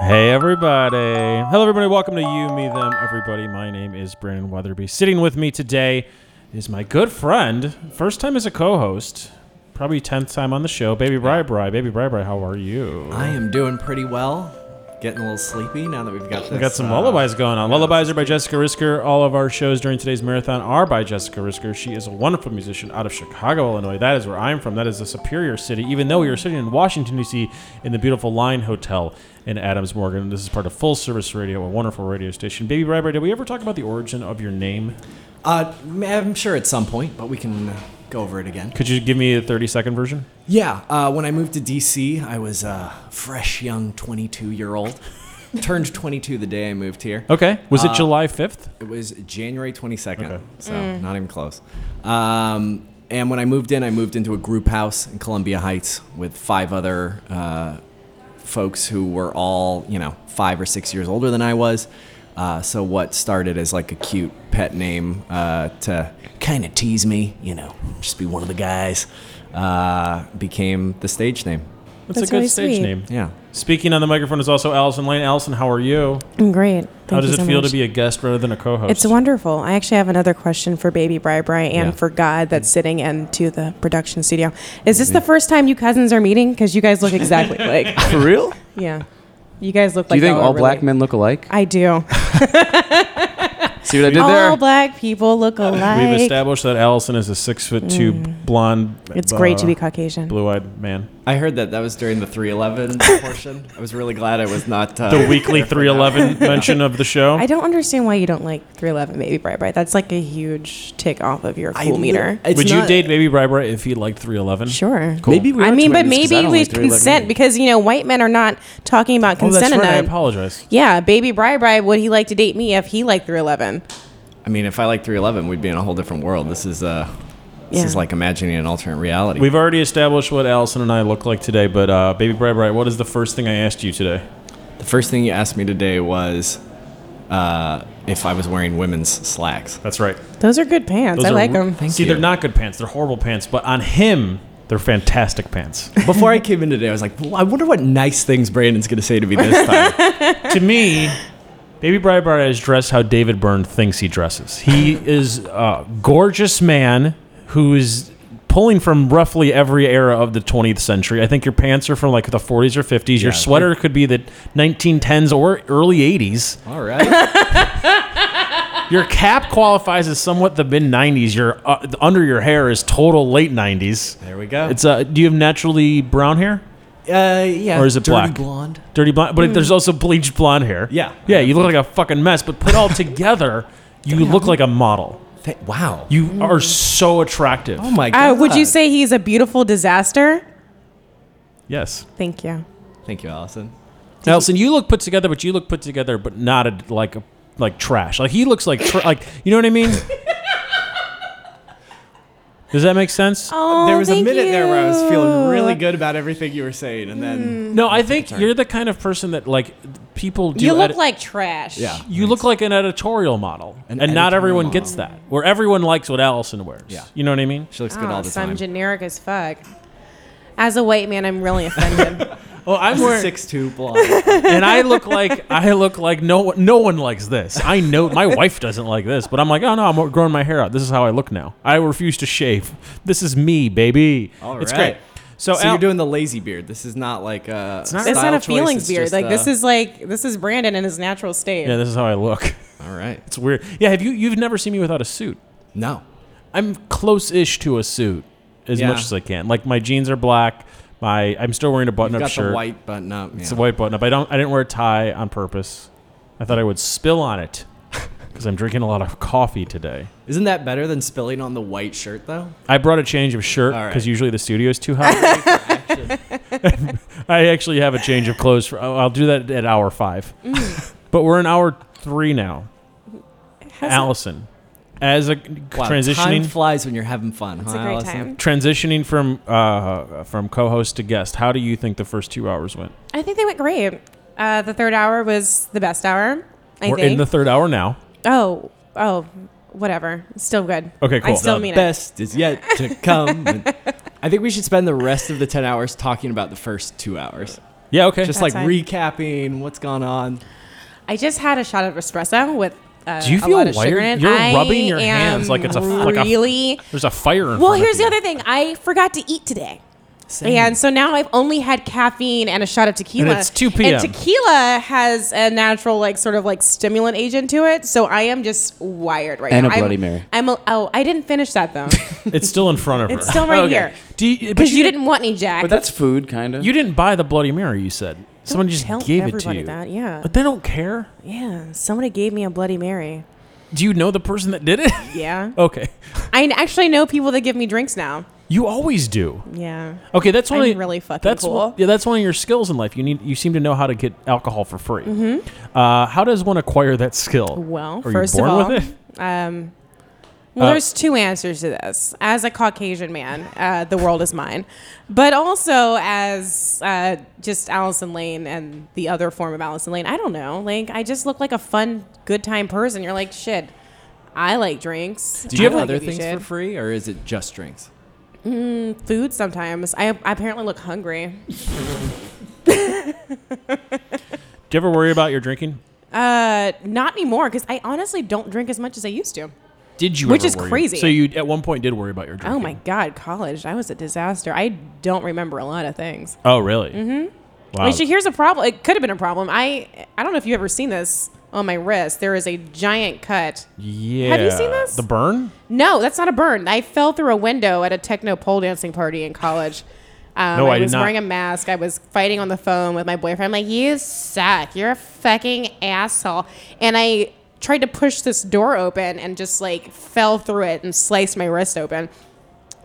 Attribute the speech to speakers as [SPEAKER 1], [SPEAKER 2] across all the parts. [SPEAKER 1] Hey, everybody. Hello, everybody. Welcome to You, Me, Them, Everybody. My name is Brandon Weatherby. Sitting with me today is my good friend, first time as a co host, probably 10th time on the show, Baby Bri Bri. Baby Bri Bri, how are you?
[SPEAKER 2] I am doing pretty well. Getting a little sleepy now that we've got this.
[SPEAKER 1] We got some
[SPEAKER 2] uh,
[SPEAKER 1] lullabies going on. Lullabies are by Jessica Risker. All of our shows during today's marathon are by Jessica Risker. She is a wonderful musician out of Chicago, Illinois. That is where I'm from. That is a superior city, even though we are sitting in Washington, D.C., in the beautiful Line Hotel in Adams Morgan. This is part of Full Service Radio, a wonderful radio station. Baby Briber, did we ever talk about the origin of your name?
[SPEAKER 2] Uh, I'm sure at some point, but we can uh, go over it again.
[SPEAKER 1] Could you give me a 30 second version?
[SPEAKER 2] Yeah, uh, when I moved to DC, I was a fresh young 22 year old. Turned 22 the day I moved here.
[SPEAKER 1] Okay. Was it July 5th?
[SPEAKER 2] It was January 22nd,
[SPEAKER 1] Okay.
[SPEAKER 2] so not even close. Um, and when I moved in, I moved into a group house in Columbia Heights with five other uh, folks who were all, you know, five or six years older than I was. Uh, so what started as like a cute pet name uh, to kind of tease me, you know, just be one of the guys, uh, became the stage name.
[SPEAKER 1] That's, a
[SPEAKER 3] That's
[SPEAKER 1] good
[SPEAKER 3] really
[SPEAKER 1] stage
[SPEAKER 3] sweet.
[SPEAKER 1] name.
[SPEAKER 2] Yeah.
[SPEAKER 1] Speaking on the microphone is also Allison Lane. Allison, how are you?
[SPEAKER 3] I'm great. Thank
[SPEAKER 1] how does
[SPEAKER 3] you
[SPEAKER 1] it
[SPEAKER 3] so
[SPEAKER 1] feel
[SPEAKER 3] much.
[SPEAKER 1] to be a guest rather than a co host?
[SPEAKER 3] It's wonderful. I actually have another question for Baby Bri Bri and
[SPEAKER 2] Yeah.
[SPEAKER 3] for God that's
[SPEAKER 1] Mm-hmm.
[SPEAKER 3] sitting and to the production studio. Is this the first time you cousins are meeting? Because you guys look exactly like.
[SPEAKER 4] For real?
[SPEAKER 3] Yeah, you guys look
[SPEAKER 4] Do
[SPEAKER 3] like.
[SPEAKER 4] you think
[SPEAKER 3] y'all are
[SPEAKER 4] all black
[SPEAKER 3] related.
[SPEAKER 4] men look alike?
[SPEAKER 3] I do.
[SPEAKER 4] See what I did there?
[SPEAKER 3] All black people look alike.
[SPEAKER 1] We've established that Allison is a six foot two blonde.
[SPEAKER 3] Mm. it's great to be Caucasian.
[SPEAKER 1] Blue eyed man.
[SPEAKER 2] I heard that that was during the 311 portion. I was really glad I was not. Uh,
[SPEAKER 1] The weekly 311 mention of the show.
[SPEAKER 3] I don't understand why you don't like 311 Baby Bri Bri. That's like a huge tick off of your
[SPEAKER 2] I
[SPEAKER 3] cool
[SPEAKER 2] li-
[SPEAKER 3] meter.
[SPEAKER 2] it's
[SPEAKER 1] Would you
[SPEAKER 2] not-
[SPEAKER 1] date Baby Briber if he liked 311?
[SPEAKER 3] Sure.
[SPEAKER 4] Maybe we
[SPEAKER 3] I
[SPEAKER 4] are
[SPEAKER 3] mean, but
[SPEAKER 4] twins, 'cause I
[SPEAKER 3] maybe
[SPEAKER 4] don't
[SPEAKER 3] we
[SPEAKER 4] like three
[SPEAKER 3] consent
[SPEAKER 4] legged-
[SPEAKER 3] because you know white men are not talking about
[SPEAKER 1] Oh,
[SPEAKER 3] consent
[SPEAKER 1] that's right. I
[SPEAKER 3] enough.
[SPEAKER 1] apologize.
[SPEAKER 3] Yeah, baby Bri Bri, would he like to date me if he liked 311?
[SPEAKER 2] I mean, if I like 311, we'd be in a whole different world. This is uh, this
[SPEAKER 3] Yeah.
[SPEAKER 2] is like imagining an alternate reality.
[SPEAKER 1] We've already established what Allison and I look like today, but uh, Baby Briber, what is the first thing I asked you today?
[SPEAKER 2] the first thing you asked me today was uh, if I was wearing women's slacks.
[SPEAKER 1] That's right.
[SPEAKER 3] Those are good pants.
[SPEAKER 1] Those
[SPEAKER 3] I
[SPEAKER 1] are
[SPEAKER 3] like
[SPEAKER 1] re-
[SPEAKER 3] them.
[SPEAKER 2] Thank
[SPEAKER 1] See,
[SPEAKER 2] you.
[SPEAKER 1] they're not good pants. They're horrible pants, but on him, they're fantastic pants.
[SPEAKER 2] Before I came in today, I was like, well, I wonder what nice things Brandon's going to say to me this time.
[SPEAKER 1] to me, Baby Breitbart is dressed how David Byrne thinks he dresses. He is a gorgeous man who is pulling from roughly every era of the 20th century. I think your pants are from like the 40s or 50s. your
[SPEAKER 2] Yeah.
[SPEAKER 1] sweater could be the 1910s or early 80s.
[SPEAKER 2] All right.
[SPEAKER 1] Your cap qualifies as somewhat the mid 90s. Your uh, under your hair is total late 90s.
[SPEAKER 2] There we go.
[SPEAKER 1] It's uh, do you have naturally brown hair?
[SPEAKER 2] uh, yeah.
[SPEAKER 1] Or is it
[SPEAKER 2] dirty
[SPEAKER 1] black?
[SPEAKER 2] blonde?
[SPEAKER 1] Dirty blonde, but there's also bleached blonde hair.
[SPEAKER 2] Yeah.
[SPEAKER 1] Hmm. Yeah, you look like a fucking mess, but put all together, you look like a model.
[SPEAKER 2] Th- wow.
[SPEAKER 1] You are so attractive.
[SPEAKER 2] oh my god.
[SPEAKER 3] Uh, would you say he's a beautiful disaster?
[SPEAKER 1] Yes.
[SPEAKER 3] Thank you.
[SPEAKER 2] Thank you, Allison.
[SPEAKER 1] Allison, you look put together, but you look put together, but not a, like a, like trash. Like he looks like tra- like you know what I mean. Does that make sense?
[SPEAKER 3] Oh,
[SPEAKER 2] there was a
[SPEAKER 3] thank
[SPEAKER 2] minute there where I was feeling
[SPEAKER 3] you. Mm.
[SPEAKER 2] really good about everything you were saying, and then
[SPEAKER 1] no, I think you're the kind of person that like people do.
[SPEAKER 3] You look
[SPEAKER 1] edit-
[SPEAKER 3] like trash.
[SPEAKER 2] yeah.
[SPEAKER 1] You look like an editorial model,
[SPEAKER 2] An
[SPEAKER 1] and not
[SPEAKER 2] editorial
[SPEAKER 1] everyone
[SPEAKER 2] model.
[SPEAKER 1] gets that. Where everyone likes what Allison wears.
[SPEAKER 2] Yeah.
[SPEAKER 1] You know what I mean?
[SPEAKER 2] She looks
[SPEAKER 3] Oh,
[SPEAKER 2] good all the
[SPEAKER 3] so I'm
[SPEAKER 2] time.
[SPEAKER 3] generic as fuck. As a white man, I'm really offended.
[SPEAKER 1] Well, I'm wearing
[SPEAKER 2] Six two blonde.
[SPEAKER 1] and I look like I look like no one- no one likes this. I know my wife doesn't like this, but I'm like, oh no, I'm growing my hair out. This is how I look now. I refuse to shave. This is me, baby.
[SPEAKER 2] All
[SPEAKER 1] it's
[SPEAKER 2] right.
[SPEAKER 1] great. So,
[SPEAKER 2] So
[SPEAKER 1] Al-
[SPEAKER 2] you're doing the lazy beard. This is not like a. It's
[SPEAKER 1] not-
[SPEAKER 3] it's not a feelings beard. Like
[SPEAKER 2] uh,
[SPEAKER 3] this is like this is Brandon in his natural state.
[SPEAKER 1] yeah, this is how I look.
[SPEAKER 2] All right.
[SPEAKER 1] It's weird. Yeah, have you you've never seen me without a suit?
[SPEAKER 2] No.
[SPEAKER 1] I'm close-ish to a suit as
[SPEAKER 2] Yeah.
[SPEAKER 1] much as I can. Like my jeans are black. My I'm still wearing a
[SPEAKER 2] You
[SPEAKER 1] button-up
[SPEAKER 2] got
[SPEAKER 1] shirt.
[SPEAKER 2] the white button up.
[SPEAKER 1] It's
[SPEAKER 2] yeah.
[SPEAKER 1] a white button-up. I don't I didn't wear a tie on purpose. I thought I would spill on it because I'm drinking a lot of coffee today.
[SPEAKER 2] Isn't that better than spilling on the white shirt though?
[SPEAKER 1] I brought a change of shirt
[SPEAKER 2] All right.
[SPEAKER 1] because usually the studio is too hot. I actually have a change of clothes for. I'll I'll do that at hour five.
[SPEAKER 3] Mm.
[SPEAKER 1] but we're in hour three now. Allison, as a
[SPEAKER 2] Wow, Time
[SPEAKER 1] transitioning
[SPEAKER 2] flies when you're having fun.
[SPEAKER 3] It's
[SPEAKER 2] huh,
[SPEAKER 3] a great
[SPEAKER 2] Allison?
[SPEAKER 3] time.
[SPEAKER 1] transitioning from uh, from co-host to guest, how do you think the first two hours went?
[SPEAKER 3] I think they went great. Uh, the third hour was the best hour. I
[SPEAKER 1] we're
[SPEAKER 3] think.
[SPEAKER 1] in the third hour now.
[SPEAKER 3] Oh, oh, whatever. Still good.
[SPEAKER 1] Okay,
[SPEAKER 3] I
[SPEAKER 1] cool.
[SPEAKER 3] still
[SPEAKER 2] the
[SPEAKER 3] mean it.
[SPEAKER 2] best is yet to come. I think we should spend the rest of the ten hours talking about the first two hours.
[SPEAKER 1] Yeah, okay.
[SPEAKER 2] Just
[SPEAKER 3] That's
[SPEAKER 2] like
[SPEAKER 3] fine.
[SPEAKER 2] recapping what's gone on.
[SPEAKER 3] I just had a shot of espresso with. Uh,
[SPEAKER 1] Do you
[SPEAKER 3] a
[SPEAKER 1] feel
[SPEAKER 3] lot of sugar
[SPEAKER 1] wired?
[SPEAKER 3] in it.
[SPEAKER 1] You're
[SPEAKER 3] I
[SPEAKER 1] rubbing your hands
[SPEAKER 3] am
[SPEAKER 1] like it's a- like a-
[SPEAKER 3] really.
[SPEAKER 1] There's a fire in
[SPEAKER 3] well,
[SPEAKER 1] front of
[SPEAKER 3] here's the
[SPEAKER 1] you.
[SPEAKER 3] other thing. I forgot to eat today. And so now I've only had caffeine and a shot of tequila.
[SPEAKER 1] And it's 2 p.m..
[SPEAKER 3] And tequila has a natural, like, sort of like stimulant agent to it. So I am just wired right
[SPEAKER 4] And
[SPEAKER 3] now.
[SPEAKER 4] a
[SPEAKER 3] I'm-
[SPEAKER 4] Bloody Mary.
[SPEAKER 3] I'm a, oh, I didn't finish that though.
[SPEAKER 1] It's still in front of her.
[SPEAKER 3] It's still right
[SPEAKER 4] Okay.
[SPEAKER 3] here.
[SPEAKER 1] Do you, but
[SPEAKER 3] Because you didn't want any Jack.
[SPEAKER 4] But that's food, kind of.
[SPEAKER 1] You didn't buy the Bloody Mary. You said someone just
[SPEAKER 3] tell
[SPEAKER 1] gave it to
[SPEAKER 3] everybody
[SPEAKER 1] you.
[SPEAKER 3] that, yeah.
[SPEAKER 1] But they don't care.
[SPEAKER 3] yeah, somebody gave me a Bloody Mary.
[SPEAKER 1] Do you know the person that did it?
[SPEAKER 3] Yeah.
[SPEAKER 1] okay.
[SPEAKER 3] I actually know people that give me drinks now.
[SPEAKER 1] You always do.
[SPEAKER 3] Yeah.
[SPEAKER 1] Okay, that's one.
[SPEAKER 3] I'm
[SPEAKER 1] of,
[SPEAKER 3] really fucking
[SPEAKER 1] that's
[SPEAKER 3] cool.
[SPEAKER 1] One, yeah, that's one of your skills in life. You need. You seem to know how to get alcohol for free. Uh, how does one acquire that skill?
[SPEAKER 3] Mm-hmm. Well,
[SPEAKER 1] Are you
[SPEAKER 3] first
[SPEAKER 1] born
[SPEAKER 3] of all,
[SPEAKER 1] with it?
[SPEAKER 3] um, well,
[SPEAKER 1] Uh,
[SPEAKER 3] there's two answers to this. As a Caucasian man, uh, the world is mine, but also as uh, just Allison Lane and the other form of Allison Lane. I don't know. Like, I just look like a fun, good time person. You're like, shit. I like drinks.
[SPEAKER 2] Do
[SPEAKER 3] I
[SPEAKER 2] you have
[SPEAKER 3] don't
[SPEAKER 2] other
[SPEAKER 3] give a
[SPEAKER 2] things
[SPEAKER 3] shit.
[SPEAKER 2] for free, or is it just drinks?
[SPEAKER 3] food sometimes? I, I apparently look hungry.
[SPEAKER 1] Do you ever worry about your drinking?
[SPEAKER 3] Uh, not anymore because I honestly don't drink as much as I used to.
[SPEAKER 1] Did you?
[SPEAKER 3] Which
[SPEAKER 1] ever
[SPEAKER 3] is
[SPEAKER 1] worry?
[SPEAKER 3] crazy.
[SPEAKER 1] So you at one point did worry about your drinking.
[SPEAKER 3] Oh my god, college! I was a disaster. I don't remember a lot of things.
[SPEAKER 1] Oh really? Mm-hmm. Wow.
[SPEAKER 3] Alicia, here's a problem. It could have been a problem. I I don't know if you've ever seen this on my wrist. There is a giant cut.
[SPEAKER 1] yeah.
[SPEAKER 3] Have you seen this?
[SPEAKER 1] The burn?
[SPEAKER 3] No, that's not a burn. I fell through a window at a techno pole dancing party in college. Um,
[SPEAKER 1] No, I did
[SPEAKER 3] was
[SPEAKER 1] not.
[SPEAKER 3] wearing a mask. I was fighting on the phone with my boyfriend. I'm like, you suck. You're a fucking asshole. And I tried to push this door open and just like fell through it and sliced my wrist open.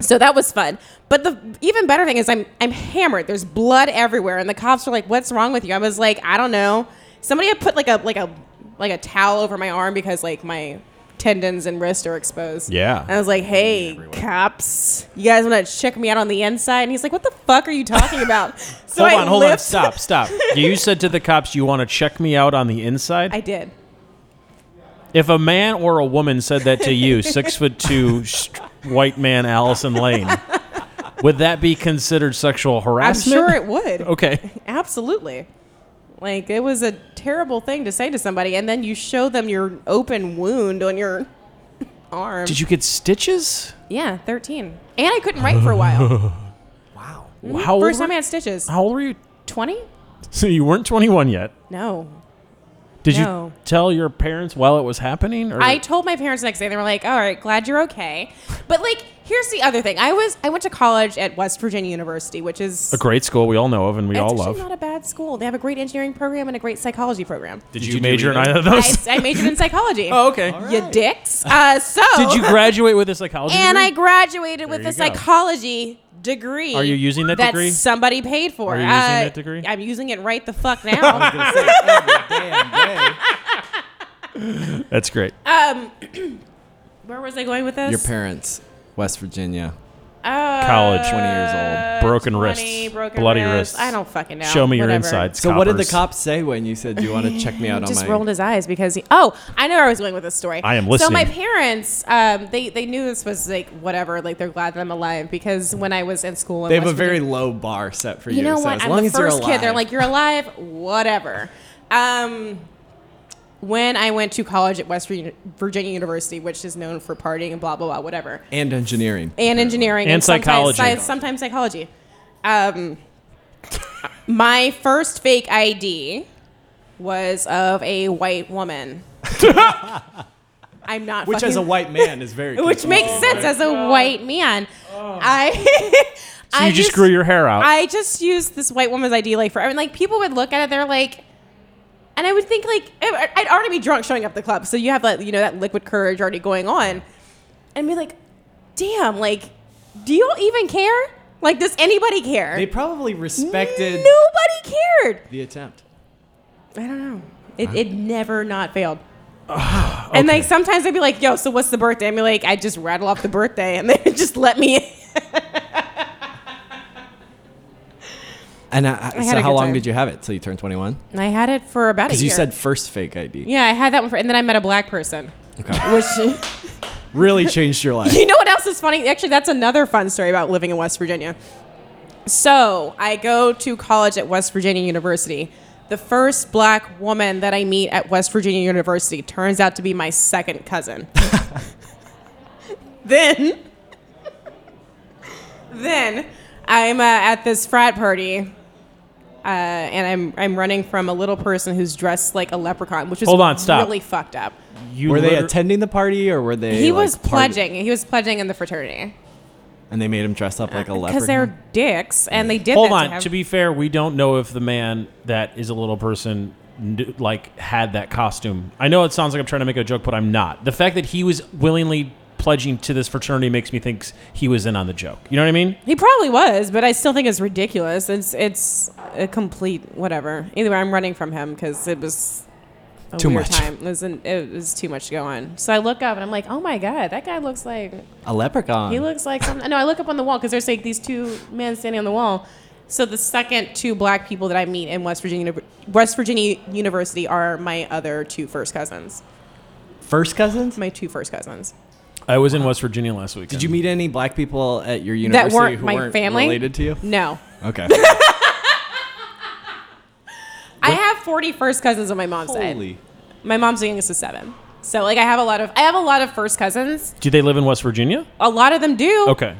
[SPEAKER 3] So that was fun. But the even better thing is I'm I'm hammered. There's blood everywhere and the cops were like, "What's wrong with you?" I was like, "I don't know." Somebody had put like a like a like a towel over my arm because like my tendons and wrist are exposed.
[SPEAKER 1] Yeah.
[SPEAKER 3] And I was like, "Hey, cops, you guys want to check me out on the inside?" And he's like, "What the fuck are you talking about?" So
[SPEAKER 1] hold on, hold on,
[SPEAKER 3] lift-
[SPEAKER 1] stop, stop. you said to the cops, "You want to check me out on the inside?"
[SPEAKER 3] I did.
[SPEAKER 1] If a man or a woman said that to you, six foot two, st- white man, Allison Lane, would that be considered sexual
[SPEAKER 3] I'm
[SPEAKER 1] harassment?
[SPEAKER 3] sure it would.
[SPEAKER 1] Okay.
[SPEAKER 3] Absolutely. Like it was a terrible thing to say to somebody, and then you show them your open wound on your arm.
[SPEAKER 1] Did you get stitches?
[SPEAKER 3] yeah, thirteen, and I couldn't write for a while.
[SPEAKER 2] Wow.
[SPEAKER 1] How old?
[SPEAKER 3] Mm-hmm. First
[SPEAKER 1] were-
[SPEAKER 3] time I had stitches.
[SPEAKER 1] how old were you?
[SPEAKER 3] Twenty?
[SPEAKER 1] So you weren't 21 yet.
[SPEAKER 3] No.
[SPEAKER 1] Did you
[SPEAKER 3] No.
[SPEAKER 1] tell your parents while it was happening? Or
[SPEAKER 3] I told my parents the next day. They were like, "All right, glad you're okay." But like, here's the other thing. I was I went to college at West Virginia University, which is
[SPEAKER 1] a great school we all know of and we all
[SPEAKER 3] it's actually
[SPEAKER 1] love.
[SPEAKER 3] not a bad school. They have a great engineering program and a great psychology program.
[SPEAKER 1] Did,
[SPEAKER 2] you
[SPEAKER 1] you
[SPEAKER 2] do
[SPEAKER 1] major in
[SPEAKER 2] either?
[SPEAKER 1] either of
[SPEAKER 3] I,
[SPEAKER 1] those?
[SPEAKER 3] I majored in psychology.
[SPEAKER 1] oh, okay.
[SPEAKER 3] You dicks. Uh, so
[SPEAKER 1] Did you graduate with a psychology
[SPEAKER 3] and I
[SPEAKER 1] degree?
[SPEAKER 3] graduated with
[SPEAKER 1] There
[SPEAKER 3] a
[SPEAKER 1] you go.
[SPEAKER 3] psychology degree.
[SPEAKER 1] Are you using that degree?
[SPEAKER 3] Somebody paid for.
[SPEAKER 1] Are
[SPEAKER 3] Uh,
[SPEAKER 1] you using that degree?
[SPEAKER 3] I'm using it right the fuck now.
[SPEAKER 1] That's great.
[SPEAKER 3] Where was I going with this?
[SPEAKER 2] Your parents, West Virginia.
[SPEAKER 3] Uh,
[SPEAKER 1] College,
[SPEAKER 2] 20 years old.
[SPEAKER 1] Broken
[SPEAKER 3] 20,
[SPEAKER 1] wrists.
[SPEAKER 3] broken
[SPEAKER 1] bloody
[SPEAKER 3] wrists.
[SPEAKER 1] wrists.
[SPEAKER 3] I don't fucking know.
[SPEAKER 1] Show me your
[SPEAKER 3] Whatever.
[SPEAKER 1] insides.
[SPEAKER 2] So what did the
[SPEAKER 1] coppers.
[SPEAKER 2] cops say when you said you want to check me out
[SPEAKER 3] He
[SPEAKER 2] on
[SPEAKER 3] just
[SPEAKER 2] my?
[SPEAKER 3] rolled his eyes because he, oh, I know where I was going with this story.
[SPEAKER 1] I am
[SPEAKER 3] So
[SPEAKER 1] listening.
[SPEAKER 3] my parents, um, they they knew this was like whatever, like they're glad that I'm alive because when I was in school, in
[SPEAKER 2] they have
[SPEAKER 3] West
[SPEAKER 2] a very
[SPEAKER 3] Virginia-
[SPEAKER 2] low bar set for you.
[SPEAKER 3] You know
[SPEAKER 2] so
[SPEAKER 3] what?
[SPEAKER 2] As
[SPEAKER 3] I'm
[SPEAKER 2] long
[SPEAKER 3] the
[SPEAKER 2] as you're
[SPEAKER 3] first kid. They're
[SPEAKER 2] alive.
[SPEAKER 3] like, you're alive, whatever. Um, when I went to college at West Vir- Virginia University, which is known for partying and blah, blah, blah, whatever,
[SPEAKER 2] and engineering.
[SPEAKER 3] and engineering
[SPEAKER 1] And
[SPEAKER 3] sometimes-
[SPEAKER 1] psychology.
[SPEAKER 3] si- Sometimes, psychology. Um, my first fake ID was of a white woman. I'm not
[SPEAKER 2] Which,
[SPEAKER 3] fucking
[SPEAKER 2] as a white Oh man, is very.
[SPEAKER 3] which makes
[SPEAKER 2] confusing,
[SPEAKER 3] sense
[SPEAKER 2] right?
[SPEAKER 3] as a white man. I.
[SPEAKER 1] So
[SPEAKER 3] I
[SPEAKER 1] you just grew your hair
[SPEAKER 2] Uh,
[SPEAKER 1] out.
[SPEAKER 3] I just used this white woman's ID like forever. And like people would look at it, they're like, and I would think like I- I'd already be drunk showing up at the club, so you have that you know that liquid courage already going on, and be like, damn, like, do you even care? Like, does anybody care?
[SPEAKER 2] They probably respected
[SPEAKER 3] Nobody cared.
[SPEAKER 2] the attempt.
[SPEAKER 3] I don't know. It, it never not failed. And like sometimes I'd be like, "Yo, so what's the birthday?" I'd be like, "I just rattle off the birthday," and they just let me. in.
[SPEAKER 2] And I,
[SPEAKER 3] had
[SPEAKER 2] so,
[SPEAKER 3] a
[SPEAKER 2] how
[SPEAKER 3] good
[SPEAKER 2] long
[SPEAKER 3] time.
[SPEAKER 2] did you have it till you turned 21?
[SPEAKER 3] And I had it for about a year.
[SPEAKER 2] Because you said first fake ID.
[SPEAKER 3] yeah, I had that one for, and then I met a black person.
[SPEAKER 2] Okay.
[SPEAKER 3] Which
[SPEAKER 2] really changed your life.
[SPEAKER 3] you know what else is funny? Actually, that's another fun story about living in West Virginia. So I go to college at West Virginia University. The first black woman that I meet at West Virginia University turns out to be my second cousin. then, then I'm uh, at this frat party, uh, and I'm I'm running from a little person who's dressed like a leprechaun, which is
[SPEAKER 1] Hold on, stop.
[SPEAKER 3] really fucked up.
[SPEAKER 1] You
[SPEAKER 2] Were they
[SPEAKER 1] liter-
[SPEAKER 2] attending the party or were they?
[SPEAKER 3] he
[SPEAKER 2] like,
[SPEAKER 3] was
[SPEAKER 2] party-
[SPEAKER 3] pledging. He was pledging in the fraternity
[SPEAKER 2] and they made him dress up like a leopard.
[SPEAKER 3] because Uh, they're dicks, and they did.
[SPEAKER 1] Hold
[SPEAKER 3] that
[SPEAKER 1] on.
[SPEAKER 3] him.
[SPEAKER 1] To be fair, we don't know if the man that is a little person kn- like had that costume. I know it sounds like I'm trying to make a joke, but I'm not. The fact that he was willingly pledging to this fraternity makes me think he was in on the joke. You know what I mean?
[SPEAKER 3] He probably was, but I still think it's ridiculous. It's it's a complete whatever. Either way, I'm running from him because it was a
[SPEAKER 2] Too
[SPEAKER 3] weird
[SPEAKER 2] much.
[SPEAKER 3] time. It was, an, it was too much to go on. So I look up and I'm like, oh my god, that guy looks like
[SPEAKER 2] a leprechaun.
[SPEAKER 3] he looks like some. No, I look up on the wall because there's like these two men standing on the wall. So the second two black people that I meet in West Virginia West Virginia University are my other two first cousins.
[SPEAKER 2] First cousins.
[SPEAKER 3] My two first cousins.
[SPEAKER 1] I was in West Virginia last week.
[SPEAKER 2] Did you meet any black people at your
[SPEAKER 3] That
[SPEAKER 2] university
[SPEAKER 3] weren't
[SPEAKER 2] who
[SPEAKER 3] my
[SPEAKER 2] weren't
[SPEAKER 3] family?
[SPEAKER 2] related to you?
[SPEAKER 3] No.
[SPEAKER 2] Okay.
[SPEAKER 3] I have 40 first cousins on my mom's side.
[SPEAKER 2] Holy.
[SPEAKER 3] My mom's youngest is seven. So like I have a lot of I have a lot of first cousins.
[SPEAKER 1] Do they live in West Virginia?
[SPEAKER 3] A lot of them do.
[SPEAKER 1] Okay.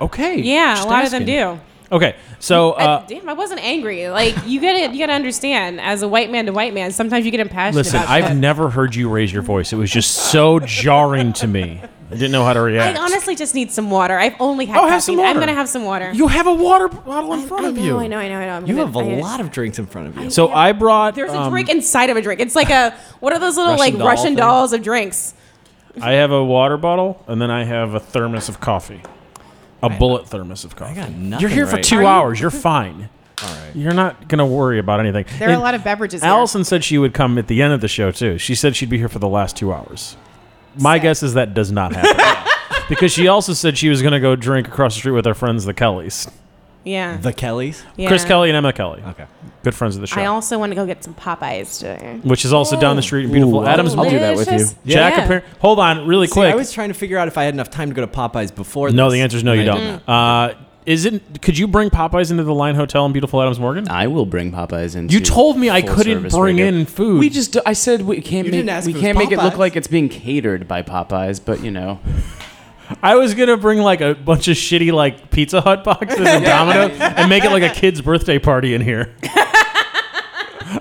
[SPEAKER 1] Okay.
[SPEAKER 3] Yeah,
[SPEAKER 1] Just
[SPEAKER 3] a lot
[SPEAKER 1] asking.
[SPEAKER 3] of them do.
[SPEAKER 1] Okay. So uh,
[SPEAKER 3] I, damn, I wasn't angry. Like you gotta you gotta understand, as a white man to white man, sometimes you get impassioned.
[SPEAKER 1] listen,
[SPEAKER 3] about
[SPEAKER 1] I've
[SPEAKER 3] shit.
[SPEAKER 1] never heard you raise your voice. It was just so jarring to me. I didn't know how to
[SPEAKER 3] I
[SPEAKER 1] react.
[SPEAKER 3] honestly just need some water. I've only had.
[SPEAKER 1] Oh, have
[SPEAKER 3] coffee.
[SPEAKER 1] some
[SPEAKER 3] I'm
[SPEAKER 1] water.
[SPEAKER 3] gonna have some water.
[SPEAKER 1] you have a water bottle in front
[SPEAKER 3] I
[SPEAKER 1] of
[SPEAKER 3] know,
[SPEAKER 1] you.
[SPEAKER 3] I know. I know. I know. I'm
[SPEAKER 2] You
[SPEAKER 3] gonna-
[SPEAKER 2] have a
[SPEAKER 3] I gotta-
[SPEAKER 2] lot of drinks in front of you.
[SPEAKER 1] So I brought.
[SPEAKER 3] There's a
[SPEAKER 1] um,
[SPEAKER 3] drink inside of a drink. It's like a what are those little
[SPEAKER 2] Russian
[SPEAKER 3] like
[SPEAKER 2] doll
[SPEAKER 3] Russian
[SPEAKER 2] thing?
[SPEAKER 3] dolls of drinks?
[SPEAKER 1] I have a water bottle, and then I have a thermos of coffee, a bullet thermos of coffee.
[SPEAKER 2] got nothing
[SPEAKER 1] You're here for
[SPEAKER 2] right.
[SPEAKER 1] two
[SPEAKER 2] Are you-
[SPEAKER 1] hours. You're fine. All right. You're not gonna worry about anything.
[SPEAKER 3] There are a lot of beverages. here.
[SPEAKER 1] Allison said she would come at the end of the show too. She said she'd be here for the last two hours. My guess is that does not happen. Because she also said she was going to go drink across the street with our friends, the Kellys.
[SPEAKER 3] Yeah.
[SPEAKER 2] the Kellys.
[SPEAKER 3] yeah.
[SPEAKER 1] Chris Kelly and Emma Kelly.
[SPEAKER 2] Okay.
[SPEAKER 1] Good friends of the show.
[SPEAKER 3] I Oh. also want to go get some Popeyes today.
[SPEAKER 1] which is also down the street in beautiful
[SPEAKER 2] Ooh,
[SPEAKER 1] Adams.
[SPEAKER 4] I'll do that with you.
[SPEAKER 3] Delicious.
[SPEAKER 1] Jack,
[SPEAKER 3] Yeah.
[SPEAKER 1] appar- hold on, really
[SPEAKER 2] See,
[SPEAKER 1] quick.
[SPEAKER 2] I was trying to figure out if I had enough time to go to Popeyes before.
[SPEAKER 1] No,
[SPEAKER 2] this,
[SPEAKER 1] the answer is no,
[SPEAKER 2] and
[SPEAKER 1] you
[SPEAKER 2] I
[SPEAKER 1] don't.
[SPEAKER 2] did not.
[SPEAKER 1] Uh, is it? Could you bring Popeyes into the Line Hotel in beautiful Adams Morgan?
[SPEAKER 4] I will bring Popeyes in.
[SPEAKER 1] You told me I couldn't bring in food.
[SPEAKER 4] We just. I said we can't
[SPEAKER 2] You
[SPEAKER 4] make.
[SPEAKER 2] didn't ask
[SPEAKER 4] we
[SPEAKER 2] if it
[SPEAKER 4] can't
[SPEAKER 2] was
[SPEAKER 4] make it look
[SPEAKER 2] Popeyes.
[SPEAKER 4] like it's being catered by Popeyes, but you know.
[SPEAKER 1] I was gonna bring like a bunch of shitty like Pizza Hut boxes and Domino's and make it like a kid's birthday party in here.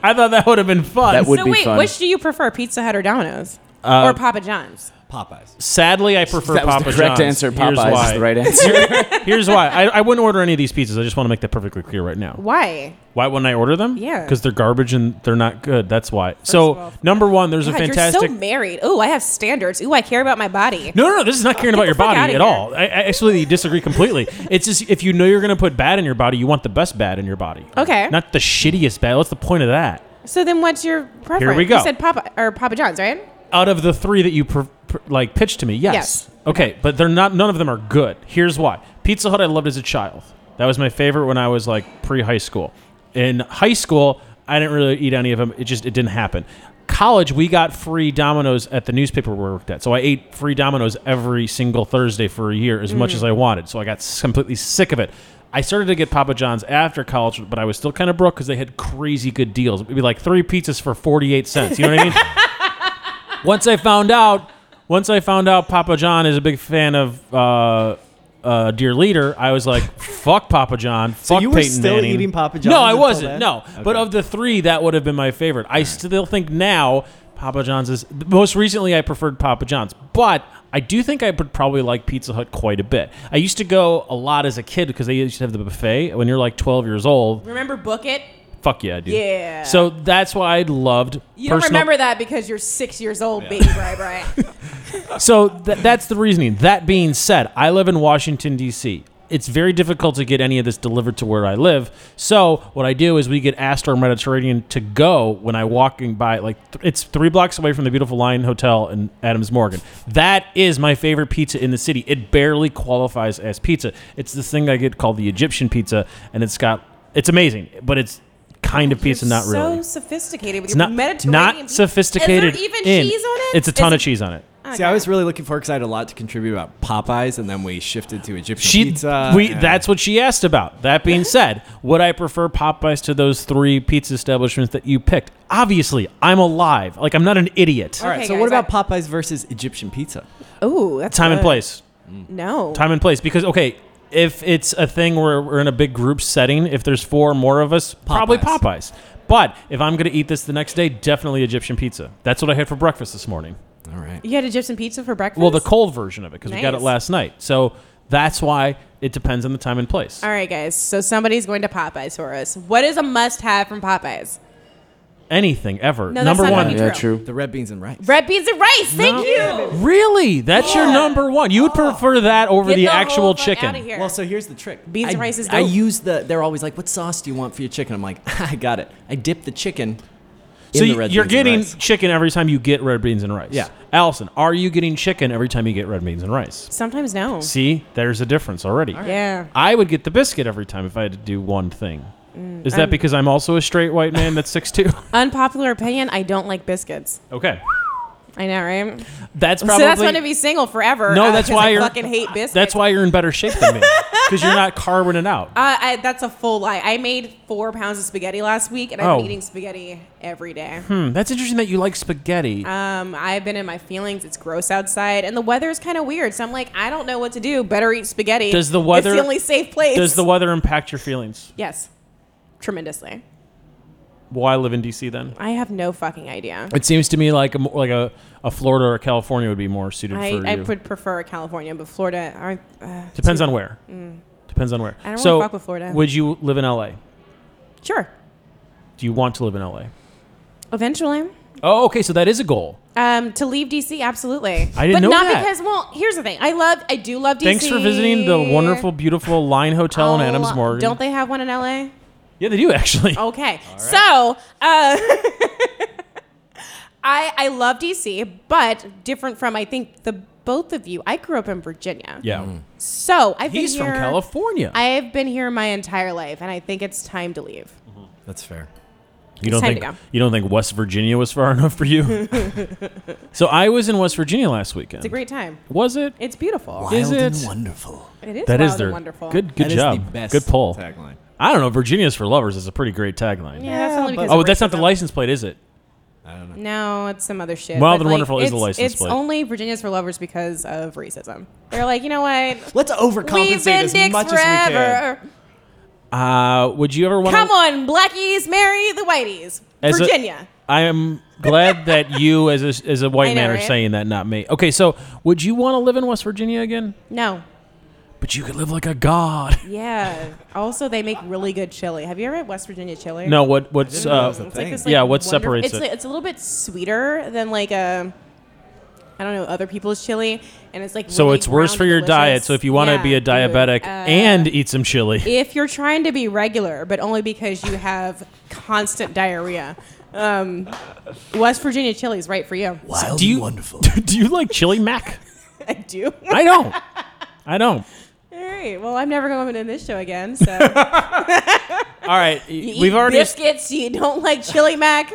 [SPEAKER 1] I thought that would have been fun. Uh,
[SPEAKER 4] That would-
[SPEAKER 3] so
[SPEAKER 4] be
[SPEAKER 3] wait,
[SPEAKER 4] fun.
[SPEAKER 3] which do you prefer, Pizza Hut or Domino's or Papa John's?
[SPEAKER 2] Popeyes.
[SPEAKER 1] Sadly, I prefer
[SPEAKER 4] that was
[SPEAKER 1] Papa
[SPEAKER 4] the correct
[SPEAKER 1] John's.
[SPEAKER 4] answer.
[SPEAKER 1] Here's
[SPEAKER 4] Popeyes
[SPEAKER 1] why.
[SPEAKER 4] is the right answer.
[SPEAKER 1] Here's why. I, I wouldn't order any of these pizzas. I just want to make that perfectly clear right now.
[SPEAKER 3] Why?
[SPEAKER 1] Why wouldn't I order them?
[SPEAKER 3] Yeah.
[SPEAKER 1] Because they're garbage and they're not good. That's why. so
[SPEAKER 3] of all,
[SPEAKER 1] number one, there's a
[SPEAKER 3] God,
[SPEAKER 1] fantastic.
[SPEAKER 3] You're so married. Ooh, I have standards. Ooh, I care about my body.
[SPEAKER 1] No, no, no. This is not caring about your
[SPEAKER 3] Oh, the fuck
[SPEAKER 1] body
[SPEAKER 3] outta
[SPEAKER 1] at
[SPEAKER 3] here.
[SPEAKER 1] all. I, I actually disagree completely. It's just if you know you're going to put bad in your body, you want the best bad in your body.
[SPEAKER 3] Okay.
[SPEAKER 1] Not the shittiest bad. What's the point of that?
[SPEAKER 3] So then, what's your preference?
[SPEAKER 1] we go.
[SPEAKER 3] You said Papa or Papa John's, right?
[SPEAKER 1] Out of the three that you pr- pr- like pitched to me, yes.
[SPEAKER 3] Yes.
[SPEAKER 1] Okay, but they're not. None of them are good. Here's why. Pizza Hut I loved as a child. That was my favorite when I was like pre high school. In high school, I didn't really eat any of them. It just it didn't happen. College, we got free Domino's at the newspaper we worked at, so I ate free Domino's every single Thursday for a year, as much as I wanted. So I got s- completely sick of it. I started to get Papa John's after college, but I was still kind of broke because they had crazy good deals. It'd be like three pizzas for forty-eight cents. You know what I mean? once I found out, once I found out Papa John is a big fan of uh, uh, Dear Leader, I was like, fuck Papa John. Fuck
[SPEAKER 2] So you were
[SPEAKER 1] Peyton
[SPEAKER 2] still
[SPEAKER 1] Manning.
[SPEAKER 2] eating Papa John's
[SPEAKER 1] No, I
[SPEAKER 2] until
[SPEAKER 1] wasn't.
[SPEAKER 2] then?
[SPEAKER 1] No, but
[SPEAKER 2] Okay.
[SPEAKER 1] of the three, that would have been my favorite. I still think now Papa John's is most recently I preferred Papa John's, but. I do think I would probably like Pizza Hut quite a bit. I used to go a lot as a kid because they used to have the buffet when you're like 12 years old.
[SPEAKER 3] Remember, book it.
[SPEAKER 1] Fuck yeah, dude.
[SPEAKER 3] Yeah.
[SPEAKER 1] So that's why I loved.
[SPEAKER 3] You don't
[SPEAKER 1] personal-
[SPEAKER 3] remember that because you're six years old, baby Bri Bri.
[SPEAKER 1] So th- that's the reasoning. That being said, I live in Washington, D.C. It's very difficult to get any of this delivered to where I live. So what I do is we get Astor Mediterranean to go when I walking by. Like th- it's three blocks away from the beautiful Lion Hotel in Adams Morgan. That is my favorite pizza in the city. It barely qualifies as pizza. It's this thing I get called the Egyptian pizza, and it's got it's amazing, but it's kind of pizza, not
[SPEAKER 3] so
[SPEAKER 1] really.
[SPEAKER 3] sophisticated with
[SPEAKER 1] It's
[SPEAKER 3] your
[SPEAKER 1] not
[SPEAKER 3] Mediterranean.
[SPEAKER 1] not sophisticated.
[SPEAKER 3] Is there even
[SPEAKER 1] in-
[SPEAKER 3] cheese on it?
[SPEAKER 1] It's a ton
[SPEAKER 3] Is-
[SPEAKER 1] of cheese on it.
[SPEAKER 2] See, I was really looking forward because I had a lot to contribute about Popeyes, and then we shifted to Egyptian
[SPEAKER 1] She,
[SPEAKER 2] pizza.
[SPEAKER 1] we,
[SPEAKER 2] and-
[SPEAKER 1] that's what she asked about. That being said, would I prefer Popeyes to those three pizza establishments that you picked? Obviously, I'm alive. Like I'm not an idiot.
[SPEAKER 2] All right.
[SPEAKER 3] Okay,
[SPEAKER 2] so what
[SPEAKER 3] guys,
[SPEAKER 2] about Popeyes versus Egyptian pizza?
[SPEAKER 3] Oh, that's
[SPEAKER 1] Time and
[SPEAKER 3] good.
[SPEAKER 1] place.
[SPEAKER 3] No.
[SPEAKER 1] Time and place. Because okay, if it's a thing where we're in a big group setting, if there's four or more of us, probably Popeyes.
[SPEAKER 2] Popeyes.
[SPEAKER 1] But if I'm gonna eat this the next day, definitely Egyptian pizza. That's what I had for breakfast this morning.
[SPEAKER 2] All right.
[SPEAKER 3] You had Egyptian pizza for breakfast.
[SPEAKER 1] Well, the cold version of it because we got it
[SPEAKER 3] Nice.
[SPEAKER 1] last night. So that's why it depends on the time and place.
[SPEAKER 3] All right, guys. So somebody's going to Popeyes for us. What is a must-have from Popeyes?
[SPEAKER 1] Anything ever.
[SPEAKER 3] No, that's
[SPEAKER 1] number
[SPEAKER 3] not
[SPEAKER 1] one.
[SPEAKER 3] gonna be
[SPEAKER 4] yeah,
[SPEAKER 3] true.
[SPEAKER 4] true.
[SPEAKER 2] The red beans and rice.
[SPEAKER 3] Red beans and rice. Thank you.
[SPEAKER 1] Really? That's your number one. You would prefer that over
[SPEAKER 3] Get
[SPEAKER 1] the,
[SPEAKER 3] whole
[SPEAKER 1] actual
[SPEAKER 3] fuck outta
[SPEAKER 1] chicken.
[SPEAKER 3] here.
[SPEAKER 2] Well, so here's the trick.
[SPEAKER 3] Beans
[SPEAKER 2] I,
[SPEAKER 3] and rice is
[SPEAKER 2] I
[SPEAKER 3] dope.
[SPEAKER 2] use the. They're always like, "What sauce do you want for your chicken?" I'm like, "I got it. I dip the chicken."
[SPEAKER 1] So
[SPEAKER 2] in the
[SPEAKER 1] you-
[SPEAKER 2] red
[SPEAKER 1] you're
[SPEAKER 2] beans and
[SPEAKER 1] getting
[SPEAKER 2] rice.
[SPEAKER 1] chicken every time you get red beans and rice.
[SPEAKER 2] Yeah.
[SPEAKER 1] Allison, are you getting chicken every time you get red beans and rice?
[SPEAKER 3] Sometimes no.
[SPEAKER 1] See, there's a difference already.
[SPEAKER 3] Yeah.
[SPEAKER 1] I would get the biscuit every time if I had to do one thing.
[SPEAKER 3] Mm,
[SPEAKER 1] Is that because I'm also a straight white man that's 6'2?
[SPEAKER 3] Unpopular opinion. I don't like biscuits.
[SPEAKER 1] okay.
[SPEAKER 3] I know, right?
[SPEAKER 1] That's probably
[SPEAKER 3] so that's going to be single forever.
[SPEAKER 1] No,
[SPEAKER 3] uh,
[SPEAKER 1] that's
[SPEAKER 3] 'cause
[SPEAKER 1] why
[SPEAKER 3] I
[SPEAKER 1] you're-
[SPEAKER 3] fucking hate biscuits.
[SPEAKER 1] That's why you're in better shape than me because you're not carving it out.
[SPEAKER 3] Uh, I, that's a full lie. I made four pounds of spaghetti last week, and I've
[SPEAKER 1] Oh.
[SPEAKER 3] been eating spaghetti every day.
[SPEAKER 1] Hmm, that's interesting that you like spaghetti.
[SPEAKER 3] Um, I've been in my feelings. It's gross outside, and the weather is kind of weird. So I'm like, I don't know what to do. Better eat spaghetti.
[SPEAKER 1] Does the weather-
[SPEAKER 3] It's the only safe place.
[SPEAKER 1] Does the weather impact your feelings?
[SPEAKER 3] yes, tremendously.
[SPEAKER 1] Why live in DC then?
[SPEAKER 3] I have no fucking idea.
[SPEAKER 1] It seems to me like a, mo- like a, a Florida or California would be more suited
[SPEAKER 3] I,
[SPEAKER 1] for
[SPEAKER 3] I
[SPEAKER 1] you.
[SPEAKER 3] would prefer California, but Florida. aren't- Uh,
[SPEAKER 1] Depends on where. Depends on where.
[SPEAKER 3] Mm. I don't
[SPEAKER 1] so
[SPEAKER 3] wanna fuck with Florida.
[SPEAKER 1] Would you live in LA?
[SPEAKER 3] sure.
[SPEAKER 1] Do you want to live in LA?
[SPEAKER 3] Eventually.
[SPEAKER 1] Oh, okay. So that is a goal.
[SPEAKER 3] Um, to leave DC, absolutely.
[SPEAKER 1] I didn't
[SPEAKER 3] but
[SPEAKER 1] know
[SPEAKER 3] not
[SPEAKER 1] that.
[SPEAKER 3] because, well, here's the thing. I love, I do love DC.
[SPEAKER 1] Thanks for visiting the wonderful, beautiful Line Hotel in
[SPEAKER 3] Oh,
[SPEAKER 1] Adams Morgan.
[SPEAKER 3] Don't Oh. they have one in LA?
[SPEAKER 1] Yeah, they do actually.
[SPEAKER 3] Okay. So, uh, I I love DC, but different from I think the both of you. I grew up in Virginia.
[SPEAKER 1] Yeah.
[SPEAKER 2] Mm.
[SPEAKER 3] So I've
[SPEAKER 1] He's
[SPEAKER 3] been
[SPEAKER 1] from
[SPEAKER 3] here,
[SPEAKER 1] California.
[SPEAKER 3] I've been here my entire life, and I think it's time to leave.
[SPEAKER 2] That's fair.
[SPEAKER 1] You don't
[SPEAKER 3] time
[SPEAKER 1] think
[SPEAKER 3] to go.
[SPEAKER 1] you don't think West Virginia was far enough for you? so I was in West Virginia last weekend.
[SPEAKER 3] It's a great time.
[SPEAKER 1] was it?
[SPEAKER 3] It's beautiful.
[SPEAKER 1] Is
[SPEAKER 2] Wild and
[SPEAKER 1] it-
[SPEAKER 2] wonderful?
[SPEAKER 3] It is
[SPEAKER 1] That
[SPEAKER 3] wild
[SPEAKER 1] is their
[SPEAKER 3] and wonderful.
[SPEAKER 1] good good
[SPEAKER 2] That is
[SPEAKER 1] job.
[SPEAKER 2] the best
[SPEAKER 1] good poll.
[SPEAKER 2] tagline.
[SPEAKER 1] I don't know. Virginia's for lovers is a pretty great tagline.
[SPEAKER 3] Yeah, that's only
[SPEAKER 2] Yeah,
[SPEAKER 3] because
[SPEAKER 1] Oh,
[SPEAKER 3] of
[SPEAKER 1] but that's not the
[SPEAKER 3] racism.
[SPEAKER 1] license plate, is it?
[SPEAKER 3] No, it's some other shit.
[SPEAKER 1] Wild
[SPEAKER 3] But,
[SPEAKER 1] and Wonderful is the
[SPEAKER 3] it's-
[SPEAKER 1] license
[SPEAKER 3] It's
[SPEAKER 1] plate.
[SPEAKER 3] only Virginia's for lovers because of racism. They're like, you know what?
[SPEAKER 2] Let's
[SPEAKER 3] We've
[SPEAKER 2] overcompensate
[SPEAKER 3] been
[SPEAKER 2] as
[SPEAKER 3] dicks
[SPEAKER 2] much as we can.
[SPEAKER 3] forever.
[SPEAKER 1] Uh, would you ever want?
[SPEAKER 3] Come on, blackies, marry the whiteies.
[SPEAKER 1] As a-
[SPEAKER 3] Virginia.
[SPEAKER 1] I am glad that you, as a, as a white
[SPEAKER 3] I know,
[SPEAKER 1] man, are
[SPEAKER 3] right?
[SPEAKER 1] saying that, not me. Okay, so would you want to live in West Virginia again?
[SPEAKER 3] no.
[SPEAKER 1] But you could live like a god.
[SPEAKER 3] Yeah. Also, they make really good chili. Have you ever had West Virginia chili?
[SPEAKER 1] No, what what's
[SPEAKER 2] know that
[SPEAKER 1] uh,
[SPEAKER 2] was Thing.
[SPEAKER 1] Yeah, what separates
[SPEAKER 3] it's,
[SPEAKER 1] it?
[SPEAKER 3] like- It's a little bit sweeter than like a, I don't know, other people's chili, and it's like.
[SPEAKER 1] so?
[SPEAKER 3] really
[SPEAKER 1] It's worse
[SPEAKER 3] round,
[SPEAKER 1] for your
[SPEAKER 3] delicious.
[SPEAKER 1] diet. So if you want to
[SPEAKER 3] Yeah,
[SPEAKER 1] be a
[SPEAKER 3] dude.
[SPEAKER 1] diabetic
[SPEAKER 3] Uh,
[SPEAKER 1] and eat some chili,
[SPEAKER 3] If you're trying to be regular, but only because you have constant diarrhea, um, West Virginia chili is right for you.
[SPEAKER 2] Wild
[SPEAKER 1] do you
[SPEAKER 2] and wonderful?
[SPEAKER 1] do you like chili mac?
[SPEAKER 3] I do.
[SPEAKER 1] I don't. I don't.
[SPEAKER 3] All right. Well, I'm never going to this show again. So
[SPEAKER 1] All right,
[SPEAKER 3] you
[SPEAKER 1] we've
[SPEAKER 3] eat
[SPEAKER 1] already
[SPEAKER 3] biscuits. You don't like chili mac.